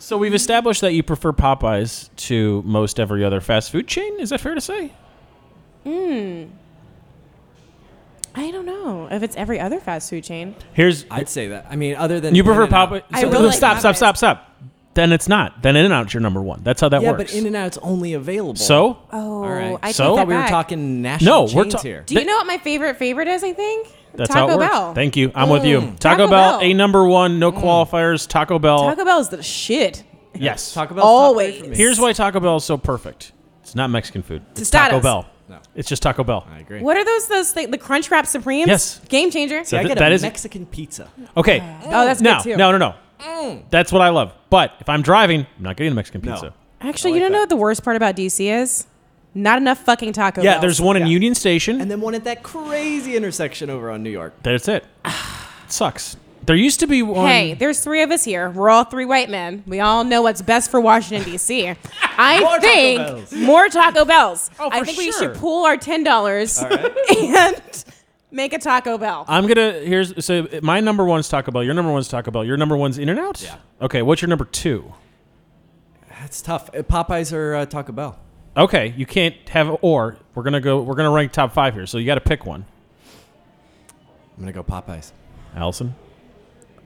[SPEAKER 1] so we've established that you prefer Popeyes to most every other fast food chain. Is that fair to say?
[SPEAKER 3] I don't know if it's every other fast food chain.
[SPEAKER 1] Here's
[SPEAKER 2] I'd say that. I mean, other than
[SPEAKER 1] you prefer
[SPEAKER 2] In-N-Out.
[SPEAKER 1] Popeyes.
[SPEAKER 3] I
[SPEAKER 1] So-
[SPEAKER 3] really like
[SPEAKER 1] stop, stop,
[SPEAKER 3] Popeyes.
[SPEAKER 1] stop, stop. Then it's not. Then In and Out's your number one. That's how that
[SPEAKER 2] Yeah,
[SPEAKER 1] works.
[SPEAKER 2] but In and Out's only available.
[SPEAKER 1] so
[SPEAKER 3] Oh,
[SPEAKER 2] All right.
[SPEAKER 3] I
[SPEAKER 1] So?
[SPEAKER 3] take
[SPEAKER 2] I
[SPEAKER 3] that
[SPEAKER 2] thought we were
[SPEAKER 3] back.
[SPEAKER 2] talking national
[SPEAKER 1] No, we're
[SPEAKER 2] chains
[SPEAKER 1] ta-
[SPEAKER 2] here.
[SPEAKER 3] Do you know what my favorite favorite is? I think
[SPEAKER 1] That's
[SPEAKER 3] Taco
[SPEAKER 1] how it works.
[SPEAKER 3] Bell. Mm.
[SPEAKER 1] Thank you. I'm with you. Taco,
[SPEAKER 3] Taco
[SPEAKER 1] Bell,
[SPEAKER 3] Bell. Mm.
[SPEAKER 1] a number one, no qualifiers. Taco Bell.
[SPEAKER 3] Taco Bell is the shit.
[SPEAKER 1] yes.
[SPEAKER 2] Taco Bell's top three
[SPEAKER 3] Always.
[SPEAKER 2] for me.
[SPEAKER 1] Here's why Taco Bell is so perfect. It's not Mexican food. It's
[SPEAKER 3] Tostadas.
[SPEAKER 1] Taco Bell.
[SPEAKER 2] No.
[SPEAKER 1] It's just Taco Bell.
[SPEAKER 2] I agree.
[SPEAKER 3] What are those? Those things? the Crunch Wrap Supremes.
[SPEAKER 1] Yes.
[SPEAKER 3] Game changer.
[SPEAKER 2] See, I
[SPEAKER 1] Th-
[SPEAKER 2] get
[SPEAKER 1] that
[SPEAKER 2] a
[SPEAKER 1] is-
[SPEAKER 2] Mexican pizza.
[SPEAKER 1] Okay.
[SPEAKER 3] Oh, that's
[SPEAKER 1] now,
[SPEAKER 3] good too.
[SPEAKER 1] no, no, no. That's what I love. But if I'm driving, I'm not getting a Mexican
[SPEAKER 2] Mm. No.
[SPEAKER 1] pizza.
[SPEAKER 3] Actually,
[SPEAKER 2] I
[SPEAKER 3] you
[SPEAKER 2] like
[SPEAKER 3] don't know
[SPEAKER 2] that.
[SPEAKER 3] what the worst part about DC is? Not enough fucking Taco
[SPEAKER 1] Yeah,
[SPEAKER 3] Bells.
[SPEAKER 1] there's one in
[SPEAKER 2] Yeah.
[SPEAKER 1] Union Station.
[SPEAKER 2] And then one at that crazy intersection over on New York.
[SPEAKER 1] That's it. It Sucks. There used to be one.
[SPEAKER 3] Hey, there's three of us here. We're all three white men. We all know what's best for Washington D.C. I
[SPEAKER 2] More Taco
[SPEAKER 3] think
[SPEAKER 2] Bells.
[SPEAKER 3] more Taco Bells.
[SPEAKER 1] Oh,
[SPEAKER 3] I
[SPEAKER 1] for
[SPEAKER 3] think we
[SPEAKER 1] sure.
[SPEAKER 3] should pool our ten dollars and make a Taco Bell.
[SPEAKER 1] I'm gonna here's so my number one's Taco Bell. Your number one's Taco Bell. Your number one's In and Out.
[SPEAKER 2] Yeah.
[SPEAKER 1] Okay. What's your number two?
[SPEAKER 2] That's tough. Uh, Popeyes or uh, Taco Bell?
[SPEAKER 1] Okay, you can't have or. We're gonna go. We're gonna rank top five here, so you got to pick one.
[SPEAKER 2] I'm gonna go Popeyes.
[SPEAKER 1] Allison,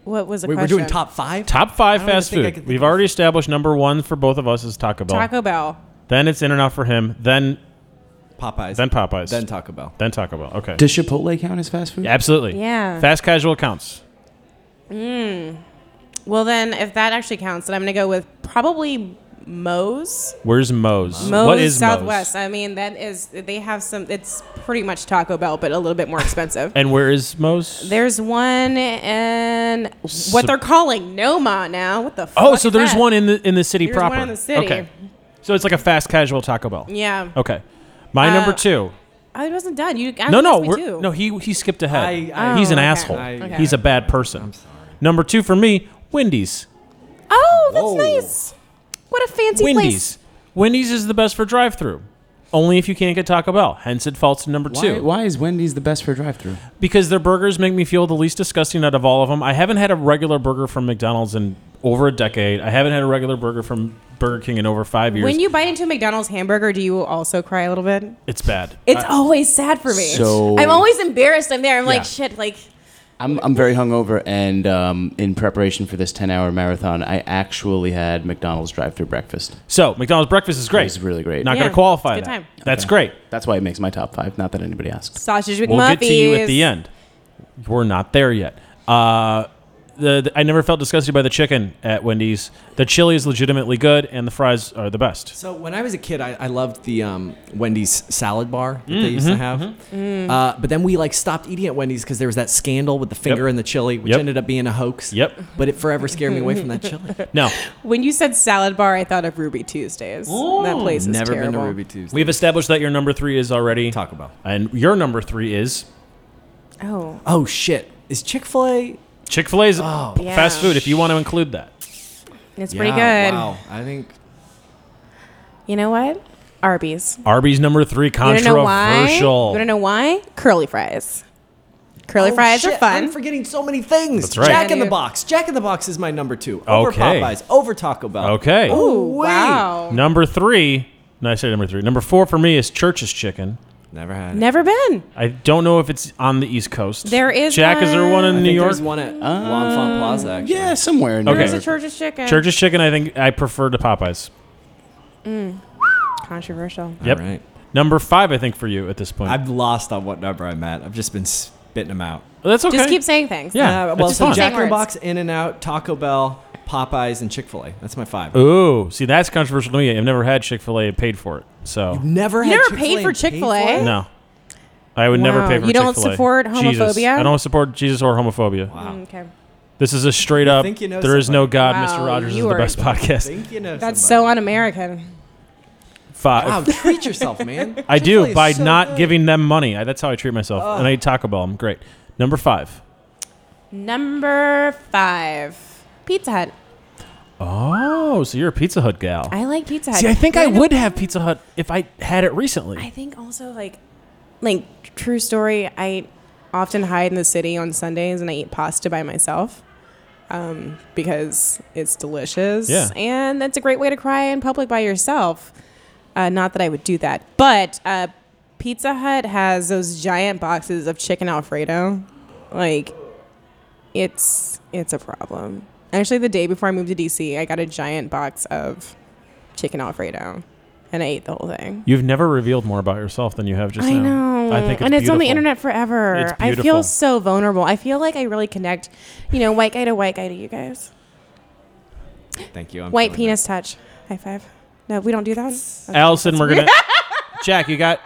[SPEAKER 3] What was the
[SPEAKER 2] Wait, we're
[SPEAKER 3] question?
[SPEAKER 2] doing top five.
[SPEAKER 1] top five
[SPEAKER 2] I don't even
[SPEAKER 1] fast
[SPEAKER 2] think I
[SPEAKER 1] food.
[SPEAKER 2] can think
[SPEAKER 1] We've
[SPEAKER 2] of-
[SPEAKER 1] already established number one for both of us is Taco Bell.
[SPEAKER 3] Taco Bell.
[SPEAKER 1] Then it's In and Out for him. Then
[SPEAKER 2] Popeyes.
[SPEAKER 1] then Popeyes.
[SPEAKER 2] Then Taco Bell.
[SPEAKER 1] Then Taco Bell. Okay.
[SPEAKER 4] Does Chipotle count as fast food?
[SPEAKER 1] Absolutely.
[SPEAKER 3] Yeah.
[SPEAKER 1] Fast casual counts.
[SPEAKER 3] Well, then, if that actually counts, then I'm gonna go with probably Moe's.
[SPEAKER 1] Where's Moe's?
[SPEAKER 3] Moe's
[SPEAKER 1] what is
[SPEAKER 3] Southwest.
[SPEAKER 1] Moe's?
[SPEAKER 3] I mean, that is they have some. It's pretty much Taco Bell, but a little bit more expensive.
[SPEAKER 1] And where is Moe's?
[SPEAKER 3] There's one in
[SPEAKER 1] Sup-
[SPEAKER 3] what they're calling Noma now. What the? Fuck
[SPEAKER 1] oh, so
[SPEAKER 3] is
[SPEAKER 1] there's
[SPEAKER 3] that?
[SPEAKER 1] one in the in the city
[SPEAKER 3] There's one
[SPEAKER 1] proper.
[SPEAKER 3] in the city.
[SPEAKER 1] Okay. So it's like a fast casual Taco Bell.
[SPEAKER 3] Yeah.
[SPEAKER 1] Okay. My number
[SPEAKER 3] Uh,
[SPEAKER 1] two.
[SPEAKER 3] I wasn't done. You. I
[SPEAKER 1] Oh. No,
[SPEAKER 3] was
[SPEAKER 1] no,
[SPEAKER 3] supposed to
[SPEAKER 1] we're,
[SPEAKER 3] do.
[SPEAKER 1] no. He he skipped ahead.
[SPEAKER 2] I- I-
[SPEAKER 1] He's an
[SPEAKER 3] Oh, okay.
[SPEAKER 1] asshole.
[SPEAKER 2] I- Okay.
[SPEAKER 1] He's a bad person. Number two for me, Wendy's.
[SPEAKER 3] Oh, that's
[SPEAKER 2] Whoa.
[SPEAKER 3] nice. What a fancy place.
[SPEAKER 1] Wendy's. Wendy's is the best for drive-through. Only if you can't get Taco Bell. Hence, it falls to number
[SPEAKER 4] Why,
[SPEAKER 1] two.
[SPEAKER 4] why is Wendy's the best for drive-through?
[SPEAKER 1] because their burgers make me feel the least disgusting out of all of them. I haven't had a regular burger from McDonald's in over a decade. I haven't had a regular burger from Burger King in over five years.
[SPEAKER 3] When you bite into a McDonald's hamburger, do you also cry a little bit?
[SPEAKER 1] it's bad.
[SPEAKER 3] It's always sad for me.
[SPEAKER 4] So-
[SPEAKER 3] I'm always embarrassed. I'm there. I'm
[SPEAKER 1] Yeah.
[SPEAKER 3] like shit. Like
[SPEAKER 4] I'm, I'm very hungover, and um, in preparation for this 10-hour marathon, I actually had McDonald's drive-through breakfast.
[SPEAKER 1] so McDonald's breakfast is great.
[SPEAKER 4] It's really great.
[SPEAKER 1] Not going
[SPEAKER 3] Yeah,
[SPEAKER 1] to qualify
[SPEAKER 3] it's a good
[SPEAKER 1] that.
[SPEAKER 3] time.
[SPEAKER 1] That's great.
[SPEAKER 4] That's why it makes my top five. Not that anybody asked.
[SPEAKER 3] sausage McMuffies.
[SPEAKER 1] We'll get to you at the end. We're not there yet. Uh, the, the- I never felt disgusted by the chicken at Wendy's. The chili is legitimately good, and the fries are the best.
[SPEAKER 2] So when I was a kid, I, I loved the um, Wendy's salad bar
[SPEAKER 1] Mm,
[SPEAKER 2] that they used
[SPEAKER 1] mm-hmm,
[SPEAKER 2] to have.
[SPEAKER 3] Mm.
[SPEAKER 2] Uh, but then we like stopped eating at Wendy's because there was that scandal with the finger and the chili, which
[SPEAKER 1] Yep.
[SPEAKER 2] ended up being a hoax.
[SPEAKER 1] Yep.
[SPEAKER 2] But it forever scared me away from that chili.
[SPEAKER 1] Now
[SPEAKER 3] When you said salad bar, I thought of Ruby Tuesdays. that place is
[SPEAKER 2] Never
[SPEAKER 3] terrible.
[SPEAKER 2] been to Ruby Tuesday.
[SPEAKER 1] we've established that your number three is already
[SPEAKER 2] Taco Bell.
[SPEAKER 1] and your number three is
[SPEAKER 3] Oh,
[SPEAKER 2] Oh shit! Is Chick Fil A?
[SPEAKER 1] Chick Fil A's
[SPEAKER 3] Yeah.
[SPEAKER 1] fast food. If you want to include that,
[SPEAKER 3] it's pretty good.
[SPEAKER 2] Ah, Wow. I think.
[SPEAKER 3] You know what? Arby's.
[SPEAKER 1] Arby's number three
[SPEAKER 3] You don't know why? You
[SPEAKER 1] controversial.
[SPEAKER 3] don't know why? Curly fries. Curly
[SPEAKER 2] Oh,
[SPEAKER 3] fries are
[SPEAKER 2] shit,
[SPEAKER 3] fun.
[SPEAKER 2] I'm forgetting so many things.
[SPEAKER 1] That's right.
[SPEAKER 2] Jack in
[SPEAKER 3] Yeah,
[SPEAKER 2] the
[SPEAKER 3] dude.
[SPEAKER 2] Box. Jack in the Box is my number two. Over
[SPEAKER 1] Okay.
[SPEAKER 2] Popeyes. Over Taco Bell.
[SPEAKER 1] Okay.
[SPEAKER 3] Ooh,
[SPEAKER 2] Ooh-wee.
[SPEAKER 3] wow.
[SPEAKER 1] Number three. No, I said number three. Number four for me is Church's Chicken.
[SPEAKER 2] Never had. it.
[SPEAKER 3] Never been.
[SPEAKER 1] I don't know if it's on the East Coast.
[SPEAKER 3] There is
[SPEAKER 1] Jack. Is there one in
[SPEAKER 2] I
[SPEAKER 1] New
[SPEAKER 2] think
[SPEAKER 1] York?
[SPEAKER 2] There's one at L'Enfant Plaza. Actually.
[SPEAKER 4] Yeah, somewhere. In
[SPEAKER 1] Okay.
[SPEAKER 3] There's
[SPEAKER 4] New
[SPEAKER 3] a
[SPEAKER 4] York.
[SPEAKER 3] Church's Chicken.
[SPEAKER 1] Church's Chicken. I think I prefer to Popeyes.
[SPEAKER 3] Controversial.
[SPEAKER 1] Yep.
[SPEAKER 2] All right.
[SPEAKER 1] Number five, I think for you at this point.
[SPEAKER 2] I've lost on what number I'm at. I've just been spitting them out. Uh,
[SPEAKER 1] That's okay.
[SPEAKER 3] Just keep saying things.
[SPEAKER 1] Yeah.
[SPEAKER 2] well,
[SPEAKER 1] it's
[SPEAKER 2] so
[SPEAKER 1] fun.
[SPEAKER 2] Jack in the
[SPEAKER 3] Words.
[SPEAKER 2] Box, In and Out, Taco Bell, Popeyes, and Chick Fil A. That's my five.
[SPEAKER 1] Ooh, see that's controversial to me. I've never had Chick Fil A and paid for it, so
[SPEAKER 2] Never
[SPEAKER 3] You
[SPEAKER 2] had
[SPEAKER 3] never
[SPEAKER 2] Chick-fil-A
[SPEAKER 3] paid for
[SPEAKER 2] and
[SPEAKER 3] Chick-fil-A?
[SPEAKER 2] for it?
[SPEAKER 1] no. I would never
[SPEAKER 3] Wow.
[SPEAKER 1] pay for.
[SPEAKER 3] You don't
[SPEAKER 1] Chick-fil-A.
[SPEAKER 3] support
[SPEAKER 1] Jesus.
[SPEAKER 3] homophobia?
[SPEAKER 1] I don't support Jesus or homophobia.
[SPEAKER 2] Wow.
[SPEAKER 3] Um, Okay.
[SPEAKER 1] This is a straight up.
[SPEAKER 2] think you know
[SPEAKER 1] there is no
[SPEAKER 2] somebody.
[SPEAKER 1] God. Mr.
[SPEAKER 3] Wow,
[SPEAKER 1] Rogers is
[SPEAKER 3] you
[SPEAKER 1] the
[SPEAKER 3] are-
[SPEAKER 1] best podcast.
[SPEAKER 2] Think you know
[SPEAKER 3] That's so
[SPEAKER 2] somebody.
[SPEAKER 3] un-American.
[SPEAKER 1] Five.
[SPEAKER 2] Wow, treat yourself, man.
[SPEAKER 1] I
[SPEAKER 2] Chick-fil-A
[SPEAKER 1] do
[SPEAKER 2] is
[SPEAKER 1] by
[SPEAKER 2] so
[SPEAKER 1] not
[SPEAKER 2] good.
[SPEAKER 1] giving them money. I, that's how I treat myself. And I eat Taco Bell. I'm great. Number five.
[SPEAKER 3] Number five, Pizza Hut.
[SPEAKER 1] Oh, so you're a Pizza Hut gal.
[SPEAKER 3] I like Pizza Hut.
[SPEAKER 1] See, I think
[SPEAKER 3] Yeah,
[SPEAKER 1] I
[SPEAKER 3] know-
[SPEAKER 1] would have Pizza Hut if I had it recently.
[SPEAKER 3] I think also like, like true story. I often hide in the city on Sundays and I eat pasta by myself, um, because it's delicious.
[SPEAKER 1] Yeah.
[SPEAKER 3] and that's a great way to cry in public by yourself. Uh, not that I would do that, but uh, Pizza Hut has those giant boxes of chicken Alfredo. Like, it's it's a problem. Actually, the day before I moved to DC, I got a giant box of chicken Alfredo, and I ate the whole thing.
[SPEAKER 1] You've never revealed more about yourself than you have just
[SPEAKER 3] I
[SPEAKER 1] now.
[SPEAKER 3] know.
[SPEAKER 1] I think it's
[SPEAKER 3] and it's on the
[SPEAKER 1] beautiful.
[SPEAKER 3] internet forever.
[SPEAKER 1] It's
[SPEAKER 3] I
[SPEAKER 1] beautiful.
[SPEAKER 3] feel so vulnerable. I feel like I really connect, you know, white guy to white guy to you guys.
[SPEAKER 2] Thank you. I'm
[SPEAKER 3] White
[SPEAKER 2] feeling
[SPEAKER 3] penis touch. High five. No, we don't do that. Okay.
[SPEAKER 1] Allison, we're gonna. Jack, you got.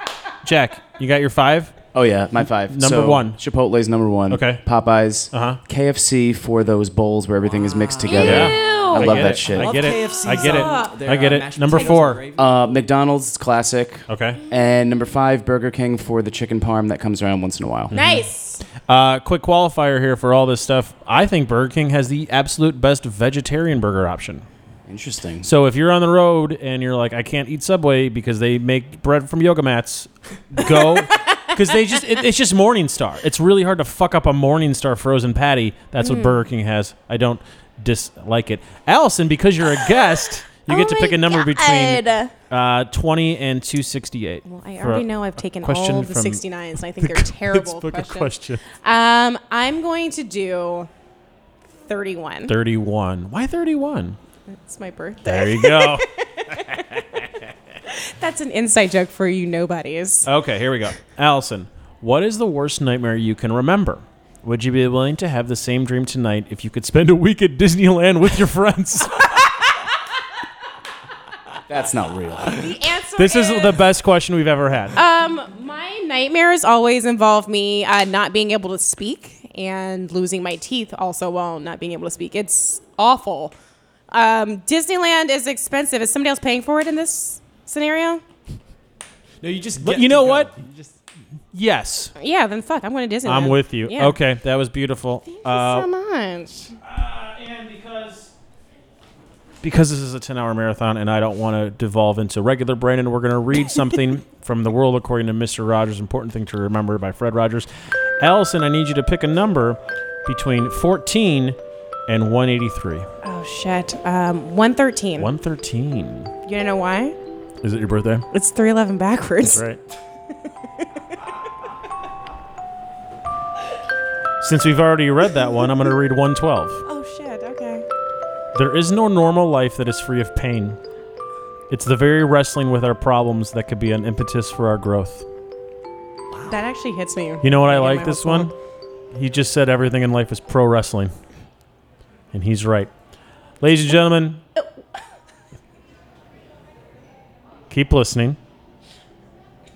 [SPEAKER 1] Jack, you got your five.
[SPEAKER 4] Oh yeah, my five.
[SPEAKER 1] Number
[SPEAKER 4] So,
[SPEAKER 1] one.
[SPEAKER 4] Chipotle's number one.
[SPEAKER 1] Okay.
[SPEAKER 4] Popeyes.
[SPEAKER 1] Uh-huh.
[SPEAKER 4] KFC for those bowls where everything is mixed together.
[SPEAKER 1] Yeah.
[SPEAKER 3] Oh.
[SPEAKER 4] I
[SPEAKER 1] I
[SPEAKER 4] love
[SPEAKER 1] get
[SPEAKER 4] that
[SPEAKER 1] it.
[SPEAKER 4] shit.
[SPEAKER 1] I
[SPEAKER 2] that.
[SPEAKER 1] get it.
[SPEAKER 2] KFC's
[SPEAKER 1] I get it.
[SPEAKER 2] up.
[SPEAKER 1] I get
[SPEAKER 2] Their,
[SPEAKER 1] it.
[SPEAKER 2] uh, mashed
[SPEAKER 1] Number
[SPEAKER 2] potatoes
[SPEAKER 1] four.
[SPEAKER 2] and gravy.
[SPEAKER 4] Uh, McDonald's it's classic.
[SPEAKER 1] Okay.
[SPEAKER 4] And number five, Burger King for the chicken parm that comes around once in a while.
[SPEAKER 1] Mm-hmm. Mm.
[SPEAKER 3] Nice.
[SPEAKER 1] Uh, quick qualifier here for all this stuff. I think Burger King has the absolute best vegetarian burger option.
[SPEAKER 4] Interesting.
[SPEAKER 1] So if you're on the road and you're like, I can't eat Subway because they make bread from yoga mats, go. Because they just, it, it's just Morningstar. It's really hard to fuck up a Morningstar frozen
[SPEAKER 3] Hmm.
[SPEAKER 1] patty. That's what Burger King has. I don't dislike it. Allison, because you're a guest, You get
[SPEAKER 3] Oh
[SPEAKER 1] to pick
[SPEAKER 3] my
[SPEAKER 1] a number between
[SPEAKER 3] God.
[SPEAKER 1] uh, 20 and 268.
[SPEAKER 3] Well, I
[SPEAKER 1] for a-
[SPEAKER 3] already know I've taken
[SPEAKER 1] question
[SPEAKER 3] all of the
[SPEAKER 1] from
[SPEAKER 3] 69s. I think they're terrible
[SPEAKER 1] Book of question.
[SPEAKER 3] questions. Um, I'm going to do 31.
[SPEAKER 1] 31. Why 31?
[SPEAKER 3] It's my birthday.
[SPEAKER 1] There you go.
[SPEAKER 3] That's an inside joke for you nobodies.
[SPEAKER 1] okay, here we go. Allison, what is the worst nightmare you can remember? Would you be willing to have the same dream tonight if you could spend a week at Disneyland with your friends?
[SPEAKER 3] Oh,
[SPEAKER 2] That's not real.
[SPEAKER 3] The answer
[SPEAKER 1] this is the best question we've ever had.
[SPEAKER 3] Um, my nightmares always involve me uh, not being able to speak and losing my teeth also while not being able to speak. It's awful. Um, Disneyland is expensive. Is somebody else paying for it in this scenario?
[SPEAKER 2] No, you just.
[SPEAKER 1] But you know what? Yes,
[SPEAKER 3] Yeah, then fuck, I'm going to Disneyland.
[SPEAKER 1] I'm with you.
[SPEAKER 3] Yeah.
[SPEAKER 1] Okay, that was beautiful.
[SPEAKER 3] Thank you
[SPEAKER 1] Uh,
[SPEAKER 3] so much.
[SPEAKER 1] and because because this is a 10 hour marathon and I don't want to devolve into regular Brandon, we're going to read something from The World According to Mr. Rogers, Important Thing to Remember by Fred Rogers. Allison, I need you to pick a number between 14 and 183.
[SPEAKER 3] Oh shit. Um, 113.
[SPEAKER 1] 113.
[SPEAKER 3] You don't know why?
[SPEAKER 1] Is it your birthday?
[SPEAKER 3] It's 311 backwards.
[SPEAKER 1] Right. Since we've already read that one, I'm going to read 112.
[SPEAKER 3] Oh shit. Okay.
[SPEAKER 1] There is no normal life that is free of pain. It's the very wrestling with our problems that could be an impetus for our growth.
[SPEAKER 3] That actually hits me.
[SPEAKER 1] You know what I
[SPEAKER 3] Yeah,
[SPEAKER 1] like
[SPEAKER 3] my
[SPEAKER 1] this
[SPEAKER 3] husband.
[SPEAKER 1] one? He just said everything in life is pro wrestling. And he's right. Ladies and gentlemen, keep listening.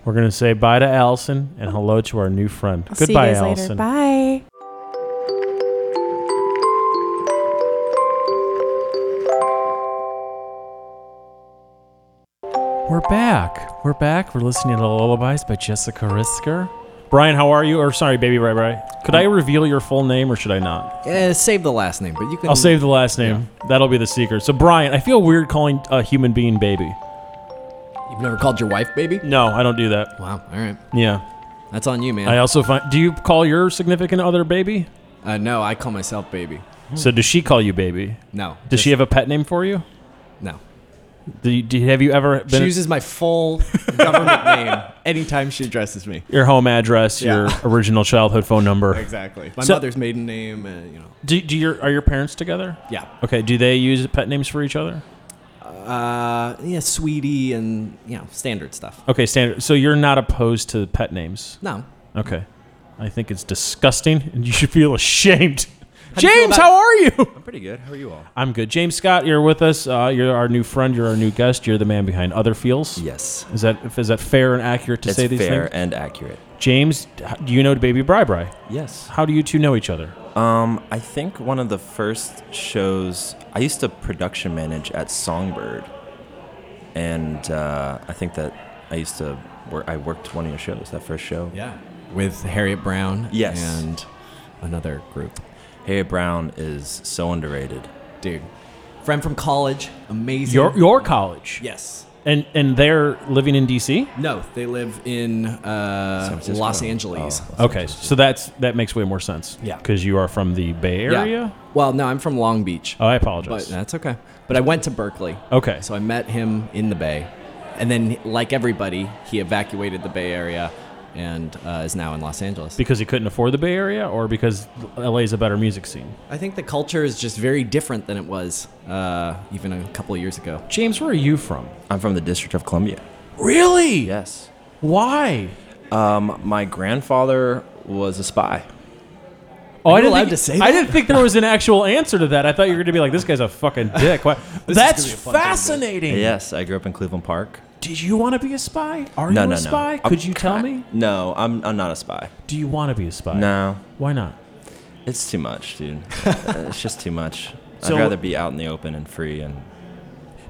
[SPEAKER 1] We're going to say bye to Allison and hello to our new friend.
[SPEAKER 3] I'll see you
[SPEAKER 1] Goodbye,
[SPEAKER 3] guys later.
[SPEAKER 1] Allison.
[SPEAKER 3] Bye.
[SPEAKER 1] We're back. We're back. We're listening to Lullabies by Jessica Risker. Brian, how are you? Or sorry, baby Brian. Brian. Could I reveal your full name or should I not?
[SPEAKER 2] Uh, save the last name, but you can.
[SPEAKER 1] I'll save the last name. That'll be the secret. So Brian, I feel weird calling a human being baby.
[SPEAKER 2] You've never called your wife baby?
[SPEAKER 1] No, I don't do that.
[SPEAKER 2] Wow. All right.
[SPEAKER 1] Yeah.
[SPEAKER 2] That's on you, man.
[SPEAKER 1] I also find do you call your significant other baby?
[SPEAKER 2] uh, no, I call myself baby.
[SPEAKER 1] So does she call you baby?
[SPEAKER 2] No.
[SPEAKER 1] Does she have a pet name for you?
[SPEAKER 2] No.
[SPEAKER 1] Do you, do you- have you ever
[SPEAKER 2] She
[SPEAKER 1] been
[SPEAKER 2] uses my full government name anytime she addresses me.
[SPEAKER 1] your home address,
[SPEAKER 2] Yeah.
[SPEAKER 1] your original childhood phone number?
[SPEAKER 2] Exactly. My
[SPEAKER 1] So-
[SPEAKER 2] mother's maiden name, uh, you know.
[SPEAKER 1] Do, do your are your parents together?
[SPEAKER 2] Yeah.
[SPEAKER 1] Okay, do they use pet names for each other?
[SPEAKER 2] Uh, yeah, sweetie, and you know, standard stuff.
[SPEAKER 1] Okay, standard. So you're not opposed to pet names.
[SPEAKER 2] No.
[SPEAKER 1] Okay. I think it's disgusting and you should feel ashamed.
[SPEAKER 2] do you feel
[SPEAKER 1] James,
[SPEAKER 2] about-
[SPEAKER 1] how are you?
[SPEAKER 2] I'm pretty good. How are you all?
[SPEAKER 1] I'm good. James Scott, you're with us. Uh, you're our new friend. You're our new guest. You're the man behind Other Feels.
[SPEAKER 5] Yes.
[SPEAKER 1] Is that is that fair and accurate to
[SPEAKER 5] It's
[SPEAKER 1] say these
[SPEAKER 5] fair
[SPEAKER 1] things?
[SPEAKER 5] and accurate.
[SPEAKER 1] James, h- do you know Baby Bri Bri?
[SPEAKER 5] Yes.
[SPEAKER 1] How do you two know each other?
[SPEAKER 5] Um, I think one of the first shows I used to production manage at Songbird, and uh, I think that I used to work. I worked one of your shows. That first show.
[SPEAKER 2] Yeah. With Harriet Brown.
[SPEAKER 5] Yes.
[SPEAKER 2] And another group.
[SPEAKER 5] Harriet Brown is so underrated.
[SPEAKER 2] Dude. Friend from college. Amazing.
[SPEAKER 1] Your your college.
[SPEAKER 2] yes.
[SPEAKER 1] And and they're living in DC?
[SPEAKER 2] No, they live in
[SPEAKER 5] San
[SPEAKER 2] uh,
[SPEAKER 5] Francisco.
[SPEAKER 2] Los Angeles.
[SPEAKER 5] Oh,
[SPEAKER 1] Okay. So that's that makes way more sense.
[SPEAKER 2] Yeah.
[SPEAKER 1] Cuz you are from the Bay
[SPEAKER 2] Yeah.
[SPEAKER 1] Area?
[SPEAKER 2] Well, no, I'm from Long Beach.
[SPEAKER 1] Oh, I
[SPEAKER 2] But
[SPEAKER 1] apologize.
[SPEAKER 2] that's okay. But I went to Berkeley.
[SPEAKER 1] okay.
[SPEAKER 2] So I met him in the Bay. And then, like everybody, he evacuated the Bay Area and uh, is now in Los Angeles.
[SPEAKER 1] because he couldn't afford the Bay Area, or because LA is a better music scene?
[SPEAKER 2] I think the culture is just very different than it was uh, even a couple of years ago.
[SPEAKER 1] James, where are you from?
[SPEAKER 5] I'm from the District of Columbia.
[SPEAKER 1] Really?
[SPEAKER 5] Yes.
[SPEAKER 1] Why?
[SPEAKER 5] Um, my grandfather was a spy.
[SPEAKER 1] Oh,
[SPEAKER 2] Are you
[SPEAKER 1] I didn't
[SPEAKER 2] allowed
[SPEAKER 1] think,
[SPEAKER 2] to say
[SPEAKER 1] I
[SPEAKER 2] that?
[SPEAKER 1] didn't think there was an actual answer to that. I thought you were going to be like, "This guy's a fucking dick." Why?
[SPEAKER 2] is
[SPEAKER 1] That's
[SPEAKER 2] gonna be a fun time, guys.
[SPEAKER 1] fascinating.
[SPEAKER 5] Yes, I grew up in Cleveland Park.
[SPEAKER 1] Did you want to be a spy? Are
[SPEAKER 5] No,
[SPEAKER 1] you
[SPEAKER 5] no,
[SPEAKER 1] a
[SPEAKER 5] no.
[SPEAKER 1] spy?
[SPEAKER 5] I'm
[SPEAKER 1] Could you tell me?
[SPEAKER 5] No, I'm I'm not a spy.
[SPEAKER 1] Do you want to be a spy?
[SPEAKER 5] No,
[SPEAKER 1] Why not?
[SPEAKER 5] It's too much, dude. it's just too much.
[SPEAKER 1] So-
[SPEAKER 5] I'd rather be out in the open and free. And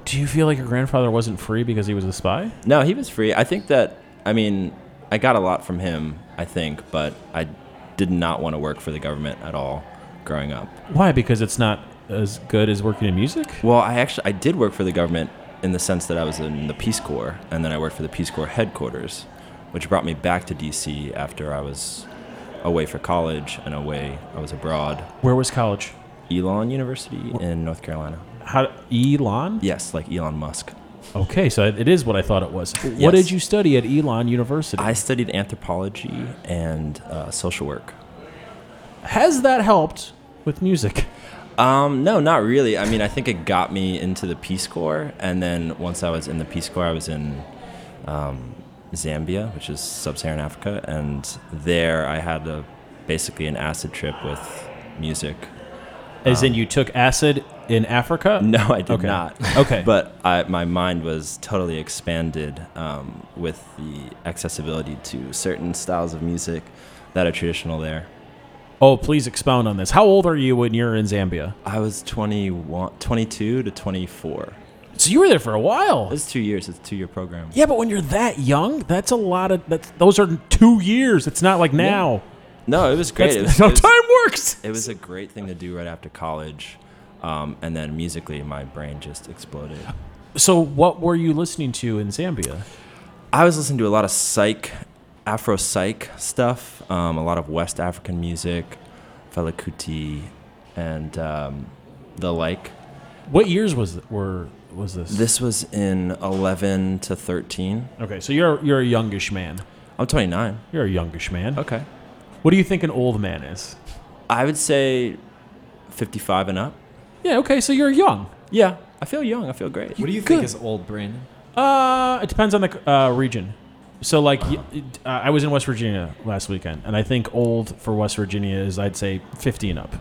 [SPEAKER 1] Do you feel like your grandfather wasn't free because he was a spy?
[SPEAKER 5] no, he was free. I think that I mean I got a lot from him. I think, but I did not want to work for the government at all growing up.
[SPEAKER 1] Why? Because it's not as good as working in music.
[SPEAKER 5] Well, I actually I did work for the government in the sense that I was in the Peace Corps, and then I worked for the Peace Corps headquarters, which brought me back to D.C. after I was away for college and away I was abroad.
[SPEAKER 1] Where was college?
[SPEAKER 5] Elon University in North Carolina.
[SPEAKER 1] How E Elon?
[SPEAKER 5] Yes, like Elon Musk.
[SPEAKER 1] Okay, so it it is what I thought it was.
[SPEAKER 5] Yes.
[SPEAKER 1] What did you study at Elon University?
[SPEAKER 5] I studied anthropology and uh, social work.
[SPEAKER 1] Has that helped with music?
[SPEAKER 5] Um, no, not really. I mean, I think it got me into the Peace Corps, and then once I was in the Peace Corps, I was in um, Zambia, which is sub-Saharan Africa, and there I had a basically an acid trip with music.
[SPEAKER 1] As in, you took acid in Africa?
[SPEAKER 5] No, I did
[SPEAKER 1] Okay.
[SPEAKER 5] not.
[SPEAKER 1] Okay.
[SPEAKER 5] but I, my mind was totally expanded um, with the accessibility to certain styles of music that are traditional there.
[SPEAKER 1] Oh, please expound on this. How old are you when you're in Zambia?
[SPEAKER 5] I was 21, 22 to 24.
[SPEAKER 1] So you were there for a while.
[SPEAKER 5] It's two years. It's a two-year program.
[SPEAKER 1] Yeah, but when you're that young, that's a lot of. That's, those are two years. It's not like now.
[SPEAKER 5] No, it was great. It
[SPEAKER 1] That's-
[SPEAKER 5] was, it,
[SPEAKER 1] no
[SPEAKER 5] was,
[SPEAKER 1] time works.
[SPEAKER 5] it was a great thing to do right after college. Um, and then musically, my brain just exploded.
[SPEAKER 1] So what were you listening to in Zambia?
[SPEAKER 5] I was listening to a lot of psych, Afro psych stuff, um, a lot of West African music, Fela Kuti, and um, the like.
[SPEAKER 1] What years was were was this?
[SPEAKER 5] This was in 11 to 13.
[SPEAKER 1] Okay, so you're you're a youngish man.
[SPEAKER 5] I'm 29.
[SPEAKER 1] You're a youngish man.
[SPEAKER 5] Okay.
[SPEAKER 1] What do you think an old man is?
[SPEAKER 5] I would say 55 and up.
[SPEAKER 1] Yeah. Okay, so you're young.
[SPEAKER 5] Yeah, I feel young. I feel great.
[SPEAKER 2] What do you
[SPEAKER 1] Good.
[SPEAKER 2] think is old, Brandon?
[SPEAKER 1] Uh, it depends on the uh, region. So, like, y- it- uh, I was in West Virginia last weekend, and I think old for West Virginia is, I'd say, 15 up.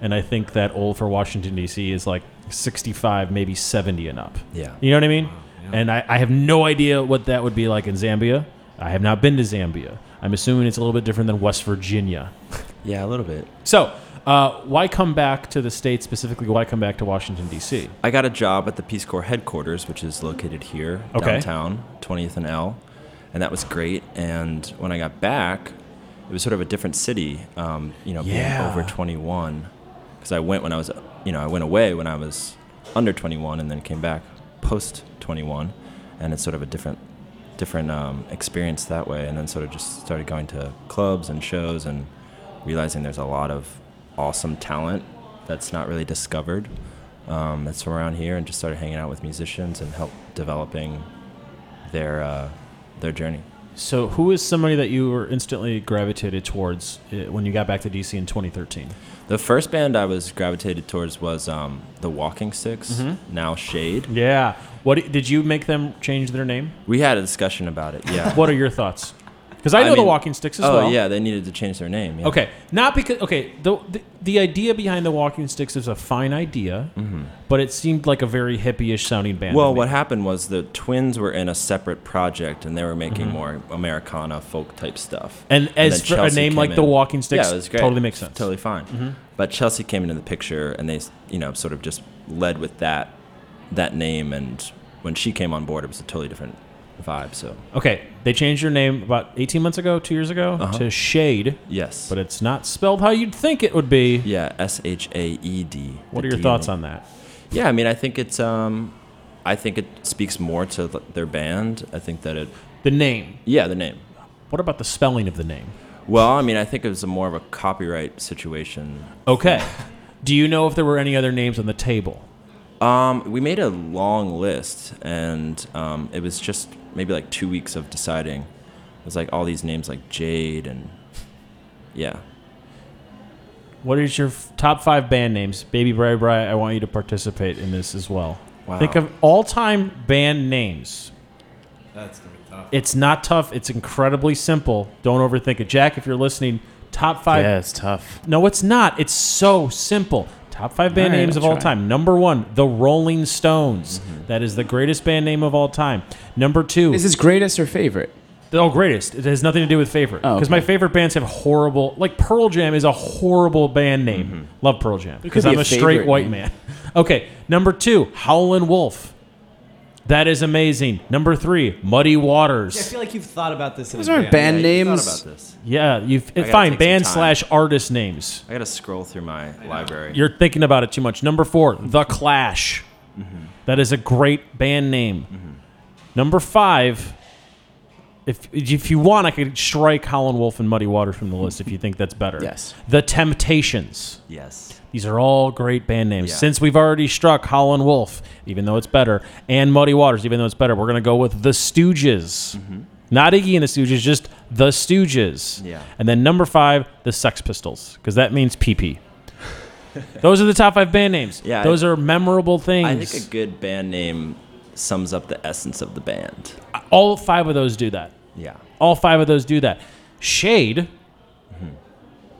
[SPEAKER 1] And I think that old for Washington, D.C. is like 65, maybe 70 and up.
[SPEAKER 5] Yeah.
[SPEAKER 1] You know what I mean? And I, I have no idea what that would be like in Zambia. I have not been to Zambia. I'm assuming it's a little bit different than West Virginia.
[SPEAKER 5] Yeah, a little bit.
[SPEAKER 1] So, uh, why come back to the state specifically? Why come back to Washington, D.C.?
[SPEAKER 5] I got a job at the Peace Corps headquarters, which is located here
[SPEAKER 1] Okay.
[SPEAKER 5] downtown, 20th and L, and that was great. And when I got back, it was sort of a different city, um, you know, being
[SPEAKER 1] Yeah.
[SPEAKER 5] over 21, because I went when I was, you know, I went away when I was under 21, and then came back post 21, and it's sort of a different, different um, experience that way. And then sort of just started going to clubs and shows and realizing there's a lot of awesome talent that's not really discovered um, that's from around here and just started hanging out with musicians and help developing their uh, their journey.
[SPEAKER 1] So, who is somebody that you were instantly gravitated towards uh, when you got back to DC in 2013?
[SPEAKER 5] The first band I was gravitated towards was um, the Walking 6 now Shade.
[SPEAKER 1] Yeah. What did you make them change their name?
[SPEAKER 5] We had a discussion about it. Yeah.
[SPEAKER 1] What are your thoughts? Because I know the
[SPEAKER 5] mean-
[SPEAKER 1] Walking Sticks as
[SPEAKER 5] oh,
[SPEAKER 1] well.
[SPEAKER 5] yeah, they needed to change their name. yeah.
[SPEAKER 1] Okay, not because okay the, the the idea behind the Walking Sticks is a fine idea, but it seemed like a very hippie-ish sounding band.
[SPEAKER 5] Mm-hmm. Well,
[SPEAKER 1] to me.
[SPEAKER 5] what happened was the twins were in a separate project and they were making more Americana folk type stuff.
[SPEAKER 1] And as
[SPEAKER 5] then
[SPEAKER 1] for a
[SPEAKER 5] Chelsea
[SPEAKER 1] name
[SPEAKER 5] came
[SPEAKER 1] like The
[SPEAKER 5] in.
[SPEAKER 1] Walking Sticks
[SPEAKER 5] yeah, it was great.
[SPEAKER 1] totally makes sense.
[SPEAKER 5] Totally Mm-hmm. fine. But Chelsea came into the picture and they, you know, sort of just led with that that name. And when she came on board, it was a totally different vibe. So
[SPEAKER 1] Okay, they changed your name about 18 months ago, two years ago
[SPEAKER 5] Uh-huh.
[SPEAKER 1] to Shade,
[SPEAKER 5] yes,
[SPEAKER 1] but it's not spelled how you'd think it would be.
[SPEAKER 5] yeah, S H A E D.
[SPEAKER 1] What
[SPEAKER 5] the
[SPEAKER 1] are your
[SPEAKER 5] D
[SPEAKER 1] thoughts
[SPEAKER 5] in it.
[SPEAKER 1] on that?
[SPEAKER 5] Yeah, I mean, I think it's um, I think it speaks more to th- their band. I think that it,
[SPEAKER 1] The name.
[SPEAKER 5] yeah, the name.
[SPEAKER 1] What about the spelling of the name?
[SPEAKER 5] Well, I mean, I think it was a more of a copyright situation
[SPEAKER 1] Okay. Do you know if there were any other names on the table?
[SPEAKER 5] Um, we made a long list, and um, it was just maybe like two weeks of deciding. It was like all these names, like Jade, and yeah,
[SPEAKER 1] What is your f- top five band names? Baby Bri Bri, I want you to participate in this as well.
[SPEAKER 5] Wow.
[SPEAKER 1] Think of all time band names.
[SPEAKER 2] That's gonna be tough.
[SPEAKER 1] It's not tough, it's incredibly simple. Don't overthink it. Jack, if you're listening, top five.
[SPEAKER 4] yeah, it's tough.
[SPEAKER 1] No, it's not. It's so simple. Top five band
[SPEAKER 4] All right,
[SPEAKER 1] names
[SPEAKER 4] I'll
[SPEAKER 1] of all
[SPEAKER 4] try.
[SPEAKER 1] time. Number one, The Rolling Stones. That is the greatest band name of all time. Number two,
[SPEAKER 4] Is his greatest or favorite?
[SPEAKER 1] The oh, greatest. It has nothing to do with favorite.
[SPEAKER 4] Oh,
[SPEAKER 1] Because
[SPEAKER 4] okay.
[SPEAKER 1] my favorite bands have horrible. Like Pearl Jam is a horrible band name.
[SPEAKER 5] Mm-hmm.
[SPEAKER 1] Love Pearl Jam because
[SPEAKER 4] be
[SPEAKER 1] I'm
[SPEAKER 4] a
[SPEAKER 1] a, straight
[SPEAKER 4] favorite
[SPEAKER 1] white
[SPEAKER 4] name.
[SPEAKER 1] man. Okay, number two, Howlin' Wolf. That is amazing. Number three, Muddy
[SPEAKER 2] I
[SPEAKER 1] Waters.
[SPEAKER 2] feel like you've thought about this.
[SPEAKER 4] Those aren't band names.
[SPEAKER 5] thought about this.
[SPEAKER 1] Yeah, you've
[SPEAKER 5] gotta
[SPEAKER 1] fine
[SPEAKER 5] take some
[SPEAKER 1] band
[SPEAKER 5] time.
[SPEAKER 1] slash artist names.
[SPEAKER 5] I gotta scroll through my library.
[SPEAKER 1] You're thinking about it too much. Number four, The Clash. That is a great band name. Number five If if you want, I could strike Holland Wolf and Muddy Waters from the list if you think that's better.
[SPEAKER 2] Yes.
[SPEAKER 1] The Temptations.
[SPEAKER 5] Yes.
[SPEAKER 1] These are all great band names.
[SPEAKER 5] Yeah.
[SPEAKER 1] Since we've already struck Holland Wolf, even though it's better, and Muddy Waters, even though it's better, we're gonna go with the Stooges.
[SPEAKER 5] Mm-hmm.
[SPEAKER 1] Not Iggy and the Stooges, just the Stooges.
[SPEAKER 5] Yeah.
[SPEAKER 1] And then number five, the Sex Pistols, because that means PP. Those are the top five band names.
[SPEAKER 5] Yeah, I-
[SPEAKER 1] Those are memorable things.
[SPEAKER 5] I think a good band name sums up the essence of the band.
[SPEAKER 1] all five of those do that.
[SPEAKER 5] Yeah.
[SPEAKER 1] All five of those do that. Shade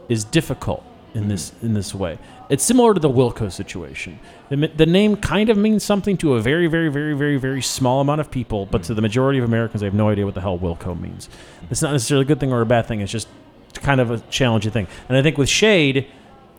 [SPEAKER 1] is difficult in this in this way. It's similar to the Wilco situation. The, ma- the name kind of means something to a very, very, very, very, very small amount of people, but to the majority of Americans, they have no idea what the hell Wilco means. It's not necessarily a good thing or a bad thing. It's just kind of a challenging thing. And I think with Shade,